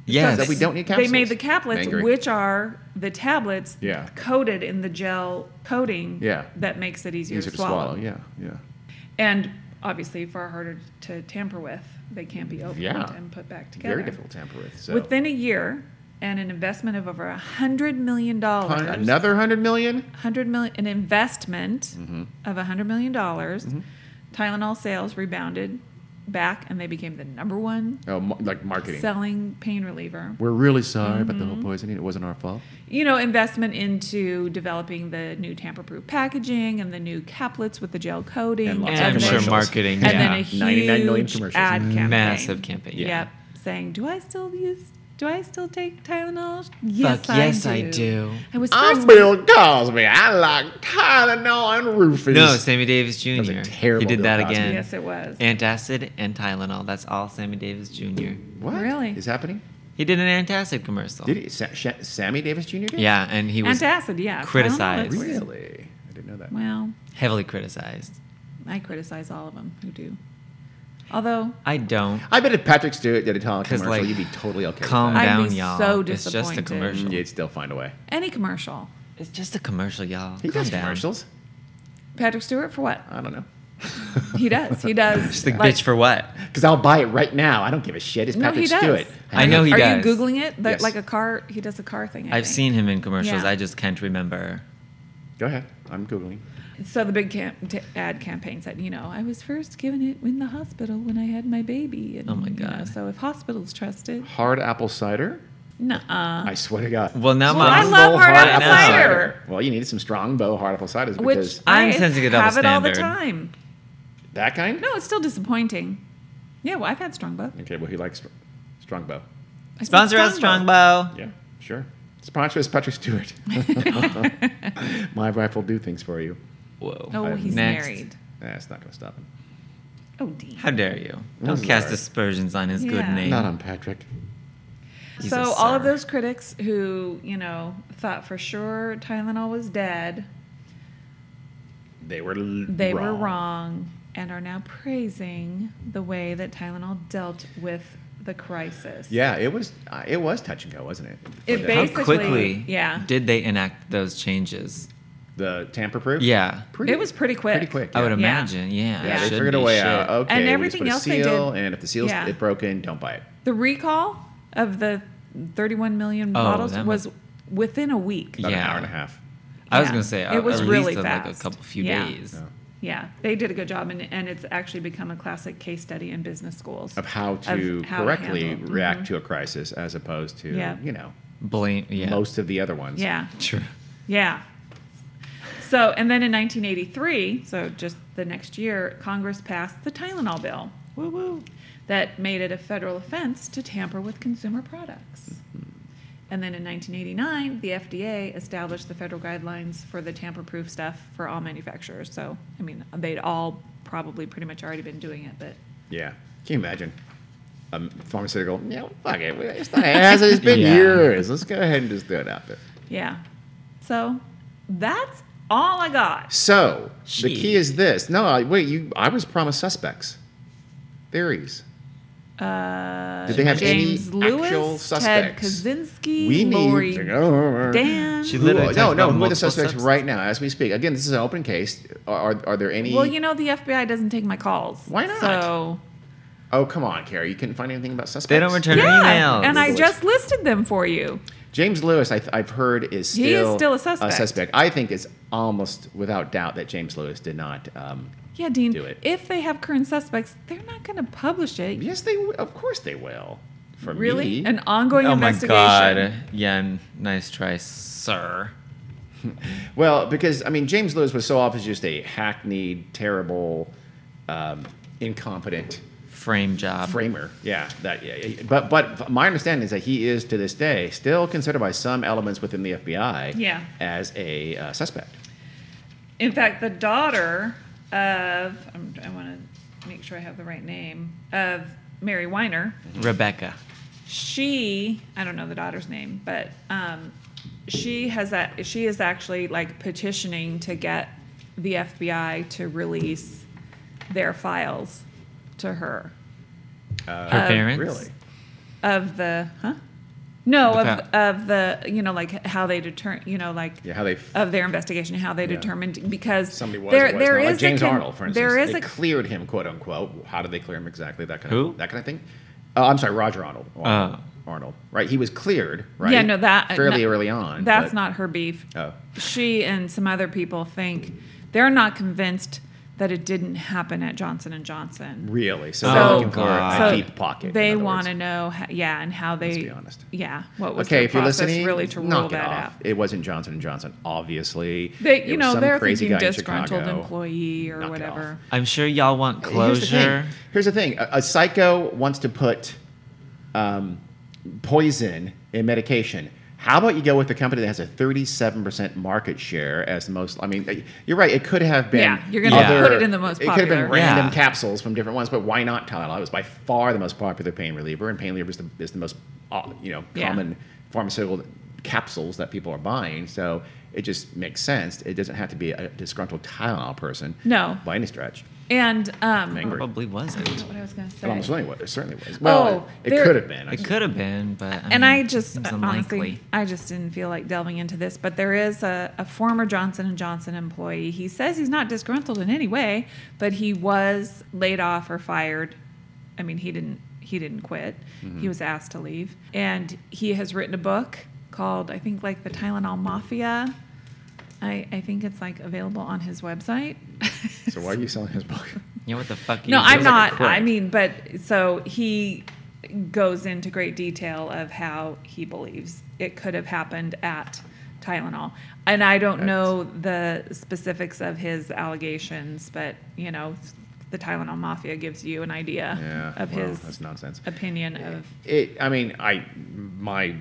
B: yes.
D: That we don't need capsules.
E: They made the caplets,
D: Angry.
E: which are the tablets
D: Yeah.
E: coated in the gel coating
D: Yeah.
E: that makes it easier,
D: easier to swallow. Yeah, yeah.
E: And obviously, far harder to tamper with. They can't be opened
D: Yeah.
E: and put back together.
D: Very difficult to tamper with. So
E: Within a year, and an investment of over a hundred million dollars.
D: Hun- another hundred million. Mm-hmm.
E: hundred million, an investment of a hundred million dollars. Tylenol sales rebounded back, and they became the number one
D: Oh, ma- like marketing.
E: selling pain reliever.
D: We're really sorry about
E: Mm-hmm.
D: the whole poisoning. It wasn't our fault.
E: You know, investment into developing the new tamper-proof packaging and the new caplets with the gel coating,
D: And lots
B: And I'm
D: of
B: sure
D: commercials.
B: marketing.
E: and then a
B: yeah.
D: 99 million
E: huge
D: commercials.
E: ad campaign.
B: Massive campaign, yeah.
E: Yep. Saying, do I still use? Do I still take Tylenol?
B: Fuck yes, I do.
E: I was
D: I'm
E: first.
D: Bill Cosby. I like Tylenol and Rufus.
B: No, Sammy Davis Jr.
D: was a terrible
B: he did
D: Bill
B: that
D: Cosby.
B: again.
E: yes, it was.
B: Antacid and Tylenol. That's all Sammy Davis Jr.
D: What
E: Really?
D: is happening?
B: He did an antacid commercial.
D: Did he, Sa- Sha- Sammy Davis Jr. did?
B: Yeah, and he was
E: Antacid, yeah. Tylenol
B: criticized.
E: is-
D: Really? I didn't know that.
E: Well,
B: heavily criticized.
E: I criticize all of them who do. Although
B: I don't.
D: I bet if Patrick Stewart did a Tylenol
B: 'Cause,
D: commercial,
B: like,
D: you'd be totally okay. Mm,
B: Calm
D: with
E: I'd
B: down,
E: be
B: y'all.
E: so
B: it's just a
E: disappointed.
D: that.
B: commercial.
D: You'd still find a way.
E: any commercial,
B: It's just a commercial, y'all.
D: He
B: Calm
D: does
B: down.
D: commercials.
E: Patrick Stewart for what?
D: I don't know.
E: He does. He does.
B: Just like,
E: Like,
B: bitch for what?
D: Because I'll buy it right now. I don't give a shit. It's
E: No,
D: Patrick
E: he does.
D: Stewart.
B: I know he
E: Are
B: does.
E: you googling it? Like,
D: Yes.
E: like a car. He does a car thing. I
B: I've
E: think.
B: seen him in commercials.
E: Yeah.
B: I just can't remember.
D: Go ahead. I'm googling.
E: So the big camp- t- ad campaign said, you know, I was first given it in the hospital when I had my baby. And,
B: Oh my
E: you know,
B: God.
E: so if hospitals trust it,
D: Hard apple cider.
E: nuh-uh.
D: I swear to God.
B: Well, now
E: I
B: my
E: love hard
B: hard
E: apple
B: apple
E: cider.
D: Well, you need some strong bow hard apple cider because
E: Which
B: I'm
E: I
B: sensing a double
E: have it all the
B: standard.
E: time.
D: that kind.
E: No, it's still disappointing. Yeah, well, I've had Strongbow.
D: Okay, well, he likes str- strong bow.
E: I said
B: sponsor us, Strongbow.
D: Yeah, sure. Sponsor is Patrick Stewart. My wife will do things for you.
B: Whoa.
E: Oh,
D: I'm
E: he's
B: next.
E: married.
D: Nah, it's not going to stop him.
E: Oh, dear.
B: How dare you?
D: I'm
B: Don't cast
D: sorry.
B: aspersions on his good
E: Yeah.
B: name.
D: Not on Patrick.
B: He's a
E: so all of
B: sir.
E: those critics who you know thought for sure Tylenol was dead,
D: They were
E: they were wrong, and are now praising the way that Tylenol dealt with the crisis.
D: Yeah, it was uh, it was touch and go, wasn't it?
E: It
D: For the-
B: How
E: basically-
B: quickly
E: yeah.
B: did they enact those changes?
D: the tamper proof.
B: Yeah.
D: pretty,
E: it was pretty quick.
D: pretty quick.
B: I would
D: yeah.
E: Yeah.
B: imagine. Yeah. it
D: Yeah, they
B: should
D: figured a
B: be.
D: way
B: Shit.
D: out. Okay, we
E: And
D: just
E: everything
D: put a
E: else they
D: seal,
E: did-
D: and if the seal's
E: Yeah.
D: it broken, don't buy it.
E: The recall of the 31 million
B: Oh,
E: bottles
B: that
E: was
B: must-
E: within a week.
D: About an
B: Yeah.
D: hour and a half.
B: I was
E: Yeah.
B: gonna say
E: It
B: uh,
E: was
B: at
E: really
B: least in, like a
E: fast.
B: couple few
E: Yeah.
B: days.
D: No.
E: Yeah, they did a good job, and, and it's actually become a classic case study in business schools.
D: Of how to
E: how to
D: correctly
E: handle. Mm-hmm.
D: react to a crisis as opposed to,
E: Yeah.
D: you know,
B: Blame. Yeah.
D: most of the other ones.
E: Mm-hmm. yeah,
B: True.
E: yeah. So, and then in 1983, so just the next year, Congress passed the Tylenol bill. Woo woo. That made it a federal offense to tamper with consumer products. And then in 1989, the FDA established the federal guidelines for the tamper proof stuff for all manufacturers. So, I mean, they'd all probably pretty much already been doing it, but
D: Yeah. Can you imagine? A m- pharmaceutical, yeah, well, fuck it. we- It's not as it's been
B: Yeah.
D: years. Let's go ahead and just do it out there.
E: Yeah. So that's all I got.
D: So the
B: Gee.
D: key is this. No, I, wait. You, I was promised suspects, theories. Uh, Did they have
E: James
D: any
E: Lewis,
D: actual
E: Ted
D: suspects?
E: Kaczynski,
D: we need
E: Lori
D: to go over.
E: Dan.
B: She
D: Who-
B: literally
D: no,
B: talked
D: no.
B: about
D: Who are the
B: multiple
D: suspects
B: subs-
D: right now as we speak? Again, this is an open case. Are, are, are there any?
E: Well, you know the FBI doesn't take my calls.
D: Why not?
E: So
D: oh, come on, Carrie. You couldn't find anything about suspects.
B: They don't return
E: yeah,
B: emails.
E: and I just listed them for you.
D: James Lewis, I th- I've heard, is still,
E: He is still a suspect.
D: I think it's almost without doubt that James Lewis did not. Um,
E: Yeah, Dean.
D: Do it.
E: If they have current suspects, they're not going to publish it.
D: yes, they. w- Of course, they will. For
E: Really?
D: me,
E: An ongoing
B: oh my
E: investigation.
B: god. Yeah. n- Nice try, sir.
D: well, because I mean, James Lewis was so off as just a hackneyed, terrible, um, incompetent
B: Frame job.
D: framer. Yeah, that. Yeah, yeah, but but my understanding is that he is to this day still considered by some elements within the FBI
E: Yeah.
D: as a uh, suspect.
E: In fact, the daughter of I'm, I want to make sure I have the right name of Mary Weiner.
B: Rebecca.
E: she i don't know the daughter's name but um, she has that she is actually like petitioning to get the fbi to release their files to her
B: Her
E: Uh,
B: parents.
D: Really?
E: of the huh no
B: The
E: of, of the you know like how they deter you know like
D: Yeah, how they f-
E: of their investigation how they
D: Yeah.
E: determined because
D: somebody was
E: Uh, there
D: or was
E: there
D: not.
E: is
D: like James
E: a con-
D: Arnold, for instance.
E: there is
D: they
E: a
D: cleared him, quote unquote. How did they clear him exactly? That kind
B: Who?
D: of that kind of thing. Uh, I'm sorry, Roger Arnold. Arnold.
B: Oh.
D: Arnold, right? He was cleared, right?
E: Yeah, no, that-
D: fairly
E: no,
D: early on.
E: that's
D: but-
E: not her beef
D: Oh,
E: she and some other people think they're not convinced that it didn't happen at Johnson and Johnson.
D: Really?
E: Oh,
D: So,
B: So-
D: they're looking for a
B: God.
E: So
D: deep pocket. in
E: They
D: other
E: want
D: words.
E: to know, how, yeah, and how they.
D: be honest.
E: Yeah, what was
D: Okay,
E: their
D: if you're
E: process
D: listening,
E: really to rule
D: knock it
E: that
D: off.
E: out?
D: It wasn't Johnson and Johnson, obviously.
E: They,
D: It
E: you
D: was
E: know,
D: some
E: they're
D: crazy
E: thinking
D: guy in
E: disgruntled
D: Chicago.
E: employee or
D: Knock it
E: whatever.
B: I'm sure y'all want
D: Here's the
B: closure.
D: thing. Here's the thing. A, a psycho wants to put um, poison in medication. How about you go with the company that has a 37% market share as the most? I mean, you're right. It could have been.
E: Yeah, you're gonna
D: other-
E: put it in the most
D: It could have been
E: popular.
D: random
B: Yeah.
D: capsules from different ones, but why not Tylenol? It was by far the most popular pain reliever, and pain reliever is the, is the most uh, you know
E: Yeah.
D: common pharmaceutical capsules that people are buying. So it just makes sense. It doesn't have to be a disgruntled Tylenol person.
E: No.
D: by any stretch.
E: And um,
D: Angry.
B: Probably wasn't.
E: what I was going to
D: It almost
E: say.
D: certainly was. It certainly was. Well,
E: Oh,
D: it,
E: there-
D: could have been. I
B: It could have been, but I
E: And
B: mean,
E: I just uh,
B: seems
E: honestly, I just didn't feel like delving into this. But there is a, a former Johnson and Johnson employee. He says he's not disgruntled in any way, but he was laid off or fired. I mean, he didn't he didn't quit.
B: Mm-hmm.
E: He was asked to leave, and he has written a book called I think like the Tylenol Mafia. I, I think it's like available on his website.
D: So why are you selling his book?
B: Yeah, what the fuck?
E: No,
B: you
E: I'm
B: doing?
D: like a
E: not. I
D: crank.
E: mean, but so he goes into great detail of how he believes it could have happened at Tylenol. And I don't know the specifics of his allegations, but you know, the Tylenol mafia gives you an idea
D: Yeah,
E: of
D: well,
E: his
D: that's nonsense.
E: opinion of
D: It. I mean, I. My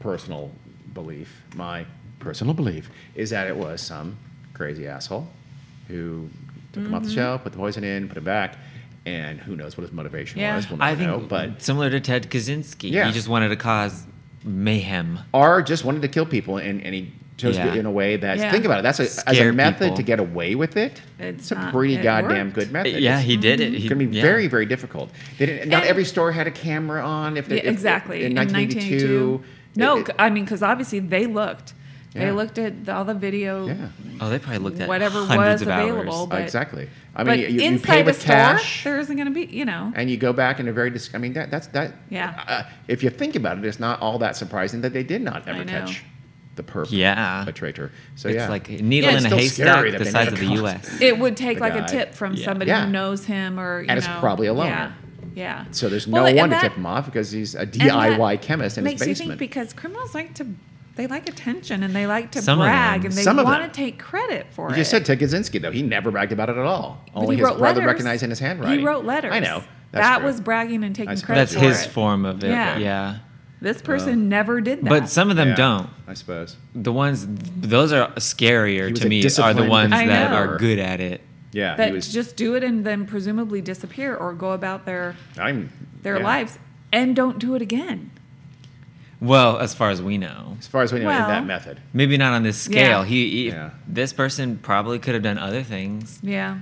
D: personal belief. My personal belief is that it was some crazy asshole who took him off
E: Mm-hmm.
D: the shelf, put the poison in, put it back, and who knows what his motivation
E: Yeah.
D: was. We'll never
B: I think,
D: know. But
B: similar to Ted Kaczynski,
D: Yeah.
B: he just wanted to cause mayhem.
D: or just wanted to kill people and, and he chose to do
B: Yeah.
D: it in a way that
E: Yeah.
D: think about it that's a, as a
B: Scare
D: method
B: people.
D: to get away with it
E: It's
D: it's, a
E: not-
D: pretty
E: it
D: goddamn
E: worked.
D: good method
B: yeah,
D: It's-
B: he did it. He,
D: It's going to be
B: yeah.
D: very, very difficult. They didn't, not
E: And-
D: every store had a camera on. If they,
E: Yeah,
D: if-
E: exactly.
D: in 1982,
E: No,
D: it- it-
E: I mean, because obviously they looked.
D: Yeah.
E: They looked at the, all the video,
D: yeah, uh,
B: Oh, they probably looked at
E: whatever
B: hundreds
E: was
B: of hours.
E: available. But,
D: exactly. I
E: but
D: mean, you, you
E: inside
D: pay with
E: a store,
D: cash,
E: there isn't going to be, you know.
D: and you go back in a very. Dis- I mean, that that's that.
E: Yeah.
D: Uh, if you think about it, it's not all that surprising that they did not
E: I
D: ever
E: know.
D: catch the perp,
B: Yeah.
D: a traitor. So
B: It's
D: yeah,
B: like a
E: Yeah,
B: needle in
E: it's
B: a
D: still
B: haystack
D: scary that
B: the
D: they
B: size
D: never
B: of the
D: caught
B: U.S.
E: It would take
D: the
E: like
D: guy.
E: a tip from
B: Yeah.
E: somebody
D: Yeah.
E: who knows him or you
D: And it's
E: know,
D: probably a loner.
E: Yeah. yeah.
D: So there's
E: Well,
D: no
E: and
D: one
E: that
D: to tip him off because he's a
E: and that
D: DIY chemist in his
E: makes you
D: basement.
E: think because criminals like to they like attention and they like to
B: Some of
E: brag
B: them.
E: and they
D: Some of them.
E: want to take credit for
D: you
E: it.
D: just said Ted Kaczynski though he never bragged about it at all.
E: But
D: Only
E: he
D: his
E: wrote
D: brother
E: letters.
D: recognized in his handwriting.
E: He wrote letters.
D: I know. That's
E: That
D: true.
E: was bragging and
D: I
E: taking
D: suppose.
B: That's
E: credit for
B: his
E: it.
B: form of it.
E: Yeah.
B: Yeah.
D: Oh.
E: This person never did that.
B: But some of them
D: Yeah,
B: don't.
D: I suppose.
B: The ones, those are
D: He
B: scarier
D: was
B: to
D: a
B: me, are the
D: disciplined
B: ones
E: I
B: that
E: know.
B: are good at it.
D: Yeah,
E: that
D: he was.
E: just do it and then presumably disappear or go about their
D: I'm
E: their
D: yeah.
E: lives and don't do it again.
B: Well, as far as we know,
D: As far as we know, in
E: Well-
D: that method.
B: maybe not on this scale.
E: Yeah.
B: He, he-
D: Yeah.
B: this person probably could have done other things
E: Yeah.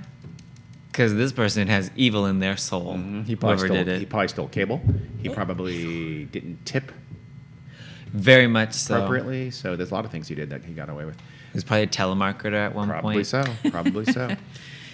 B: because this person has evil in their soul.
D: Mm-hmm. He probably
B: whoever
D: stole,
B: did it,
D: He probably stole cable. He probably didn't tip
B: very much so.
D: appropriately. So there's a lot of things he did that he got away with.
B: He's probably a telemarketer at one
D: Probably
B: point.
D: so. Probably so.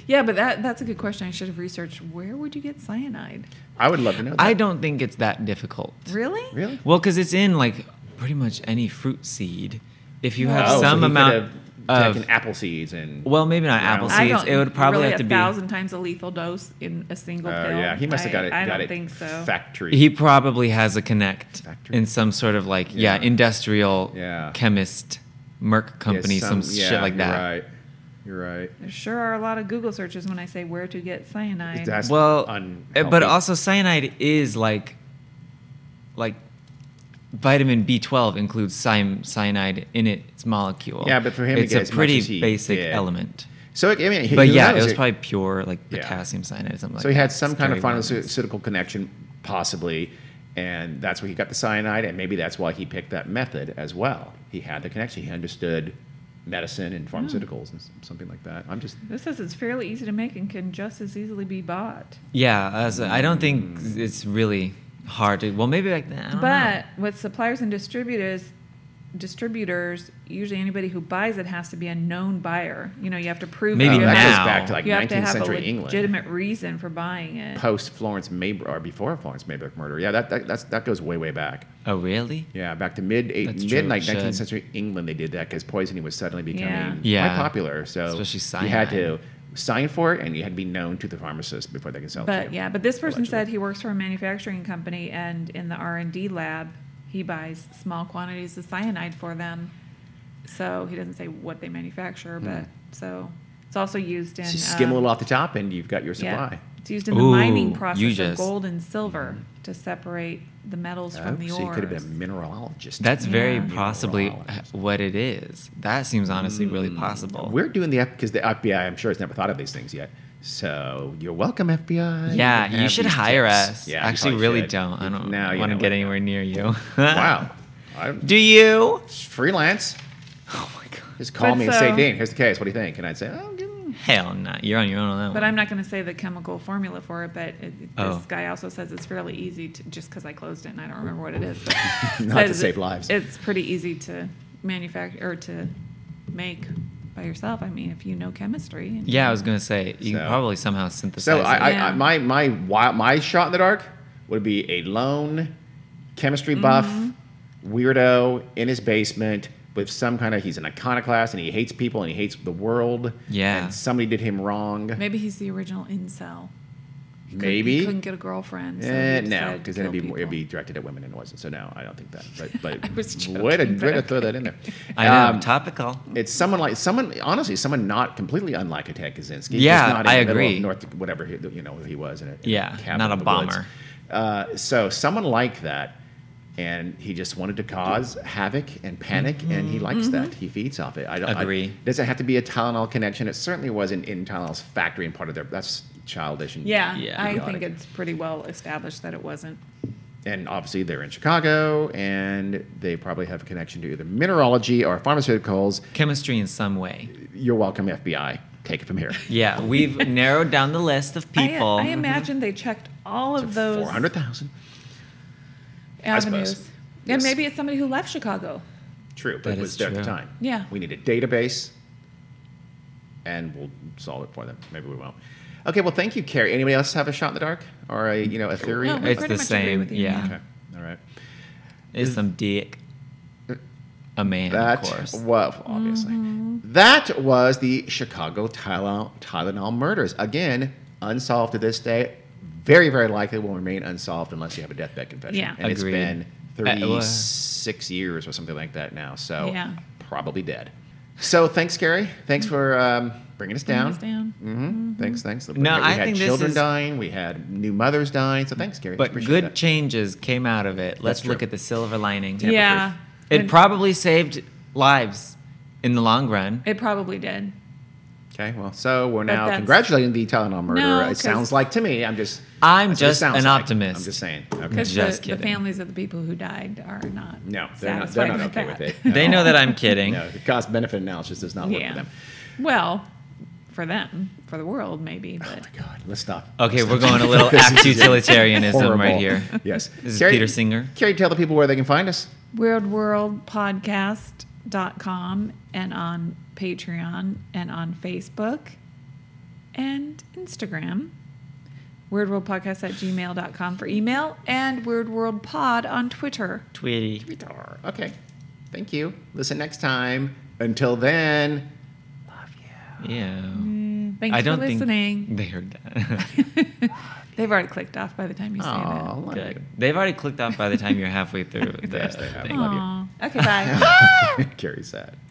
E: Yeah, but that that's a good question. I should have researched where would you get cyanide?
D: I would love to know. That.
B: I don't think it's that difficult.
E: Really?
D: really.
B: Well, because it's in like pretty much any fruit seed. If you have
D: Oh, so
B: some
D: he could
B: amount
D: have
B: of,
D: taken apple seeds and.
B: well, maybe not
D: Wow.
B: apple
D: I
E: I
B: seeds.
E: don't
B: It would probably
E: really
B: have to
E: a
B: be.
E: thousand times a lethal dose in a single
D: Oh
E: pill.
D: yeah, he must have
E: I-
D: got it.
E: I
D: got
E: don't
D: it
E: think so.
D: Factory.
B: He probably has a connect
D: Factory.
B: in some sort of like yeah,
D: Yeah.
B: industrial
D: Yeah.
B: chemist, Merck
D: Yeah,
B: company, some, shit
D: yeah,
B: like that.
D: You're right. You're right.
E: There sure are a lot of Google searches when I say where to get cyanide.
D: That's
B: Well, eh,
D: unhealthy.
B: but also cyanide is like, like, vitamin B twelve includes cyan- cyanide in its molecule.
D: Yeah, but for him to
B: it's
D: get
B: a
D: as much
B: pretty
D: as he
B: basic
D: did.
B: element.
D: So I mean, he-
B: But
D: who
B: yeah,
D: knows?
B: it was probably pure like
D: Yeah.
B: potassium cyanide or something.
D: So
B: like
D: he had
B: that.
D: some kind of
B: Scary ones.
D: pharmaceutical connection, possibly, and that's where he got the cyanide, and maybe that's why he picked that method as well. He had the connection. He understood medicine
E: Hmm.
D: and pharmaceuticals and s- something like that. I'm just
E: this says it's fairly easy to make and can just as easily be bought.
B: Yeah, as, I don't think
D: Hmm.
B: it's really hard to. Well, maybe like that.
E: But with suppliers and distributors, distributors usually anybody who buys it has to be a known buyer. You know, you have to prove
B: Maybe
E: that you
D: that
E: have-
D: goes
B: now.
D: back to like
E: you have to
D: 19th
E: have a
D: century England,
E: legitimate reason for buying it.
D: post Florence Maybrick or before Florence Maybrick murder. Yeah, that that that's, that goes way way back.
B: oh really?
D: Yeah, back to mid eight,
B: That's true,
D: mid
B: it
D: like
B: should.
D: 19th century England, they did that because poisoning was suddenly becoming
E: Yeah.
D: quite
B: Yeah.
D: popular. So
B: Especially
D: you had to
B: cyanide.
D: sign for it, and you had to be known to the pharmacist before they can sell it.
E: But
D: to you.
E: yeah, but this person said
D: Allegedly.
E: he works for a manufacturing company, and in the R and D lab, he buys small quantities of cyanide for them. So he doesn't say what they manufacture, but so it's also used in
D: So you skim Hmm. a
E: um,
D: little off the top, and you've got your
E: yeah,
D: supply.
E: it's used in the
B: Ooh,
E: mining
B: you
E: process of
B: just-
E: gold and silver to separate the metals
D: Oh,
E: from the
D: so you
E: ores.
D: could have been a mineralogist.
B: That's very
E: Yeah.
B: possibly uh,
D: Mineralogist.
B: what it is. That seems honestly really possible.
D: Hmm. We're doing the because the FBI, I'm sure, has never thought of these things yet. So you're welcome, FBI.
B: yeah,
D: can
B: you
D: have
B: should
D: these
B: hire
D: tips.
B: us.
D: Yeah, you
B: actually,
D: probably
B: really
D: should.
B: don't. I don't
D: Now you
B: want to
D: know
B: get
D: what-
B: anywhere near you.
D: Wow, I'm
B: Do you?
D: freelance.
B: Oh my god.
D: Just call
E: But
D: me and say,
E: so-
D: Dean, here's the case. What do you think? And I'd say, oh, give me-
B: Hell no. You're on your own on that
E: But
B: one.
E: I'm not going to say the chemical formula for it. But it, it-
B: Oh.
E: this guy also says it's fairly easy to just because I closed it and I don't remember what it is. But
D: Not to
E: says
D: save
E: it-
D: lives.
E: It's pretty easy to manufacture or to make by yourself. I mean, if you know chemistry. and-
B: yeah, I was gonna say you
D: So-
B: can probably somehow synthesize.
D: So I, I,
B: it.
D: I,
E: Yeah.
D: my my wi- my shot in the dark would be a lone chemistry buff
E: Mm-hmm.
D: weirdo in his basement with some kind of he's an iconoclast and he hates people and he hates the world.
B: Yeah.
D: And somebody did him wrong. Maybe.
E: Maybe he's the original incel. Couldn't- he couldn't get a girlfriend. So
D: Eh,
E: he
D: no,
E: decided to
D: because then it'd
E: kill
D: be, more- it'd
E: people.
D: be directed at women and it wasn't. So no, I don't think that. But
E: I was
D: but
E: joking,
D: way to,
E: but
D: way to throw that in there.
B: I know.
D: Um,
B: topical.
D: it's someone like someone honestly someone not completely unlike a Ted Kaczynski. just
B: Yeah,
D: not in the middle
B: I
D: of
B: agree.
D: North whatever he, you know he was in a in a
B: Yeah,
D: cabin
B: not
D: in
B: a
D: the woods.
B: bomber.
D: Uh, so someone like that, and he just wanted to cause havoc and panic, and he likes that. He feeds off it. I don't I-
B: Mm-hmm, Agree.
D: it doesn't have to be a Tylenol connection. It certainly wasn't in Tylenol's factory and part of their. That's childish and
E: Yeah,
B: Yeah.
E: I
D: idiotic.
E: think it's pretty well established that it wasn't.
D: and obviously they're in Chicago, and they probably have a connection to either mineralogy or pharmaceuticals.
B: Chemistry in some way.
D: You're welcome, FBI. Take it from here.
B: Yeah, we've narrowed down the list of
E: I-
B: people.
E: I, imagine they checked all of those
D: Mm-hmm. Four hundred thousand.
E: avenues.
D: suppose.
E: And
D: Yes.
E: maybe it's somebody who left Chicago.
D: True, but
B: That
D: it was
B: is
D: there at the
B: true.
D: time.
E: Yeah.
D: We need a database, and we'll solve it for them. Maybe we won't. Okay. Well, thank you, Carrie. Anybody else have a shot in the dark or a you know a theory?
E: No, we
B: It's
E: pretty
B: the
E: much agree
B: same,
E: with you,
B: yeah.
D: Okay. All right.
B: Is some dick. A man,
D: That
B: of course.
D: well, obviously. That was the Chicago Tylenol, Tylenol murders. Again, unsolved to this day. Very, very likely will remain unsolved unless you have a deathbed confession.
E: Yeah.
D: and
B: Agreed.
D: it's been
B: Uh, well-
D: thirty-six years or something like that now. So
E: Yeah.
D: probably dead. So thanks, Gary. Thanks for um, bringing us down.
E: Hands down.
D: Mhm. Thanks, thanks. We
B: No,
D: had, we
B: I
D: had
B: think this
D: children
B: is-
D: dying. We had new mothers dying. So thanks, Gary.
B: But
D: Appreciate
B: good
D: that.
B: changes came out of it. Let's
D: true.
B: look at the silver lining.
E: Yeah.
B: It
E: And-
B: probably saved lives in the long run.
E: It probably did.
D: Okay, well, so we're now
E: that's-
D: congratulating the Tylenol murderer. it
E: 'cause-
D: sounds like to me. I'm just.
B: I'm
D: that's what it
B: just
D: sounds
B: an
D: like.
B: optimist.
D: I'm just saying. Okay.
E: Because
B: Just
E: the, the
B: kidding.
E: families of the people who died are not.
D: No, they're not. They're not okay with it.
B: They know that I'm kidding.
D: No, the cost benefit analysis does not work
E: yeah.
D: for them. Oh
E: Well, for them, for the world, maybe. But
D: Oh God, let's stop.
B: Okay, we're going a little apt utilitarianism right
D: Horrible.
B: here.
D: Yes.
B: This is
D: Carrie-
B: Peter Singer.
D: Carrie, tell the people where they can find us.
E: weirdworldpodcast.com and on Patreon and on Facebook and Instagram. Weirdworldpodcast at gmail.com for email and weirdworldpod on Twitter.
B: Twitty.
D: Okay. Thank you. Listen next time. Until then.
B: Yeah.
E: Thanks
B: I don't
E: for
B: think
E: listening.
B: they heard that.
E: They've already clicked off by the time you say
D: Aw,
E: that.
D: love you.
B: Good. They've already clicked off by the time you're halfway through the
D: Yes, they have.
B: thing.
D: Love you.
E: Aw. Okay, bye.
D: Carrie's sad.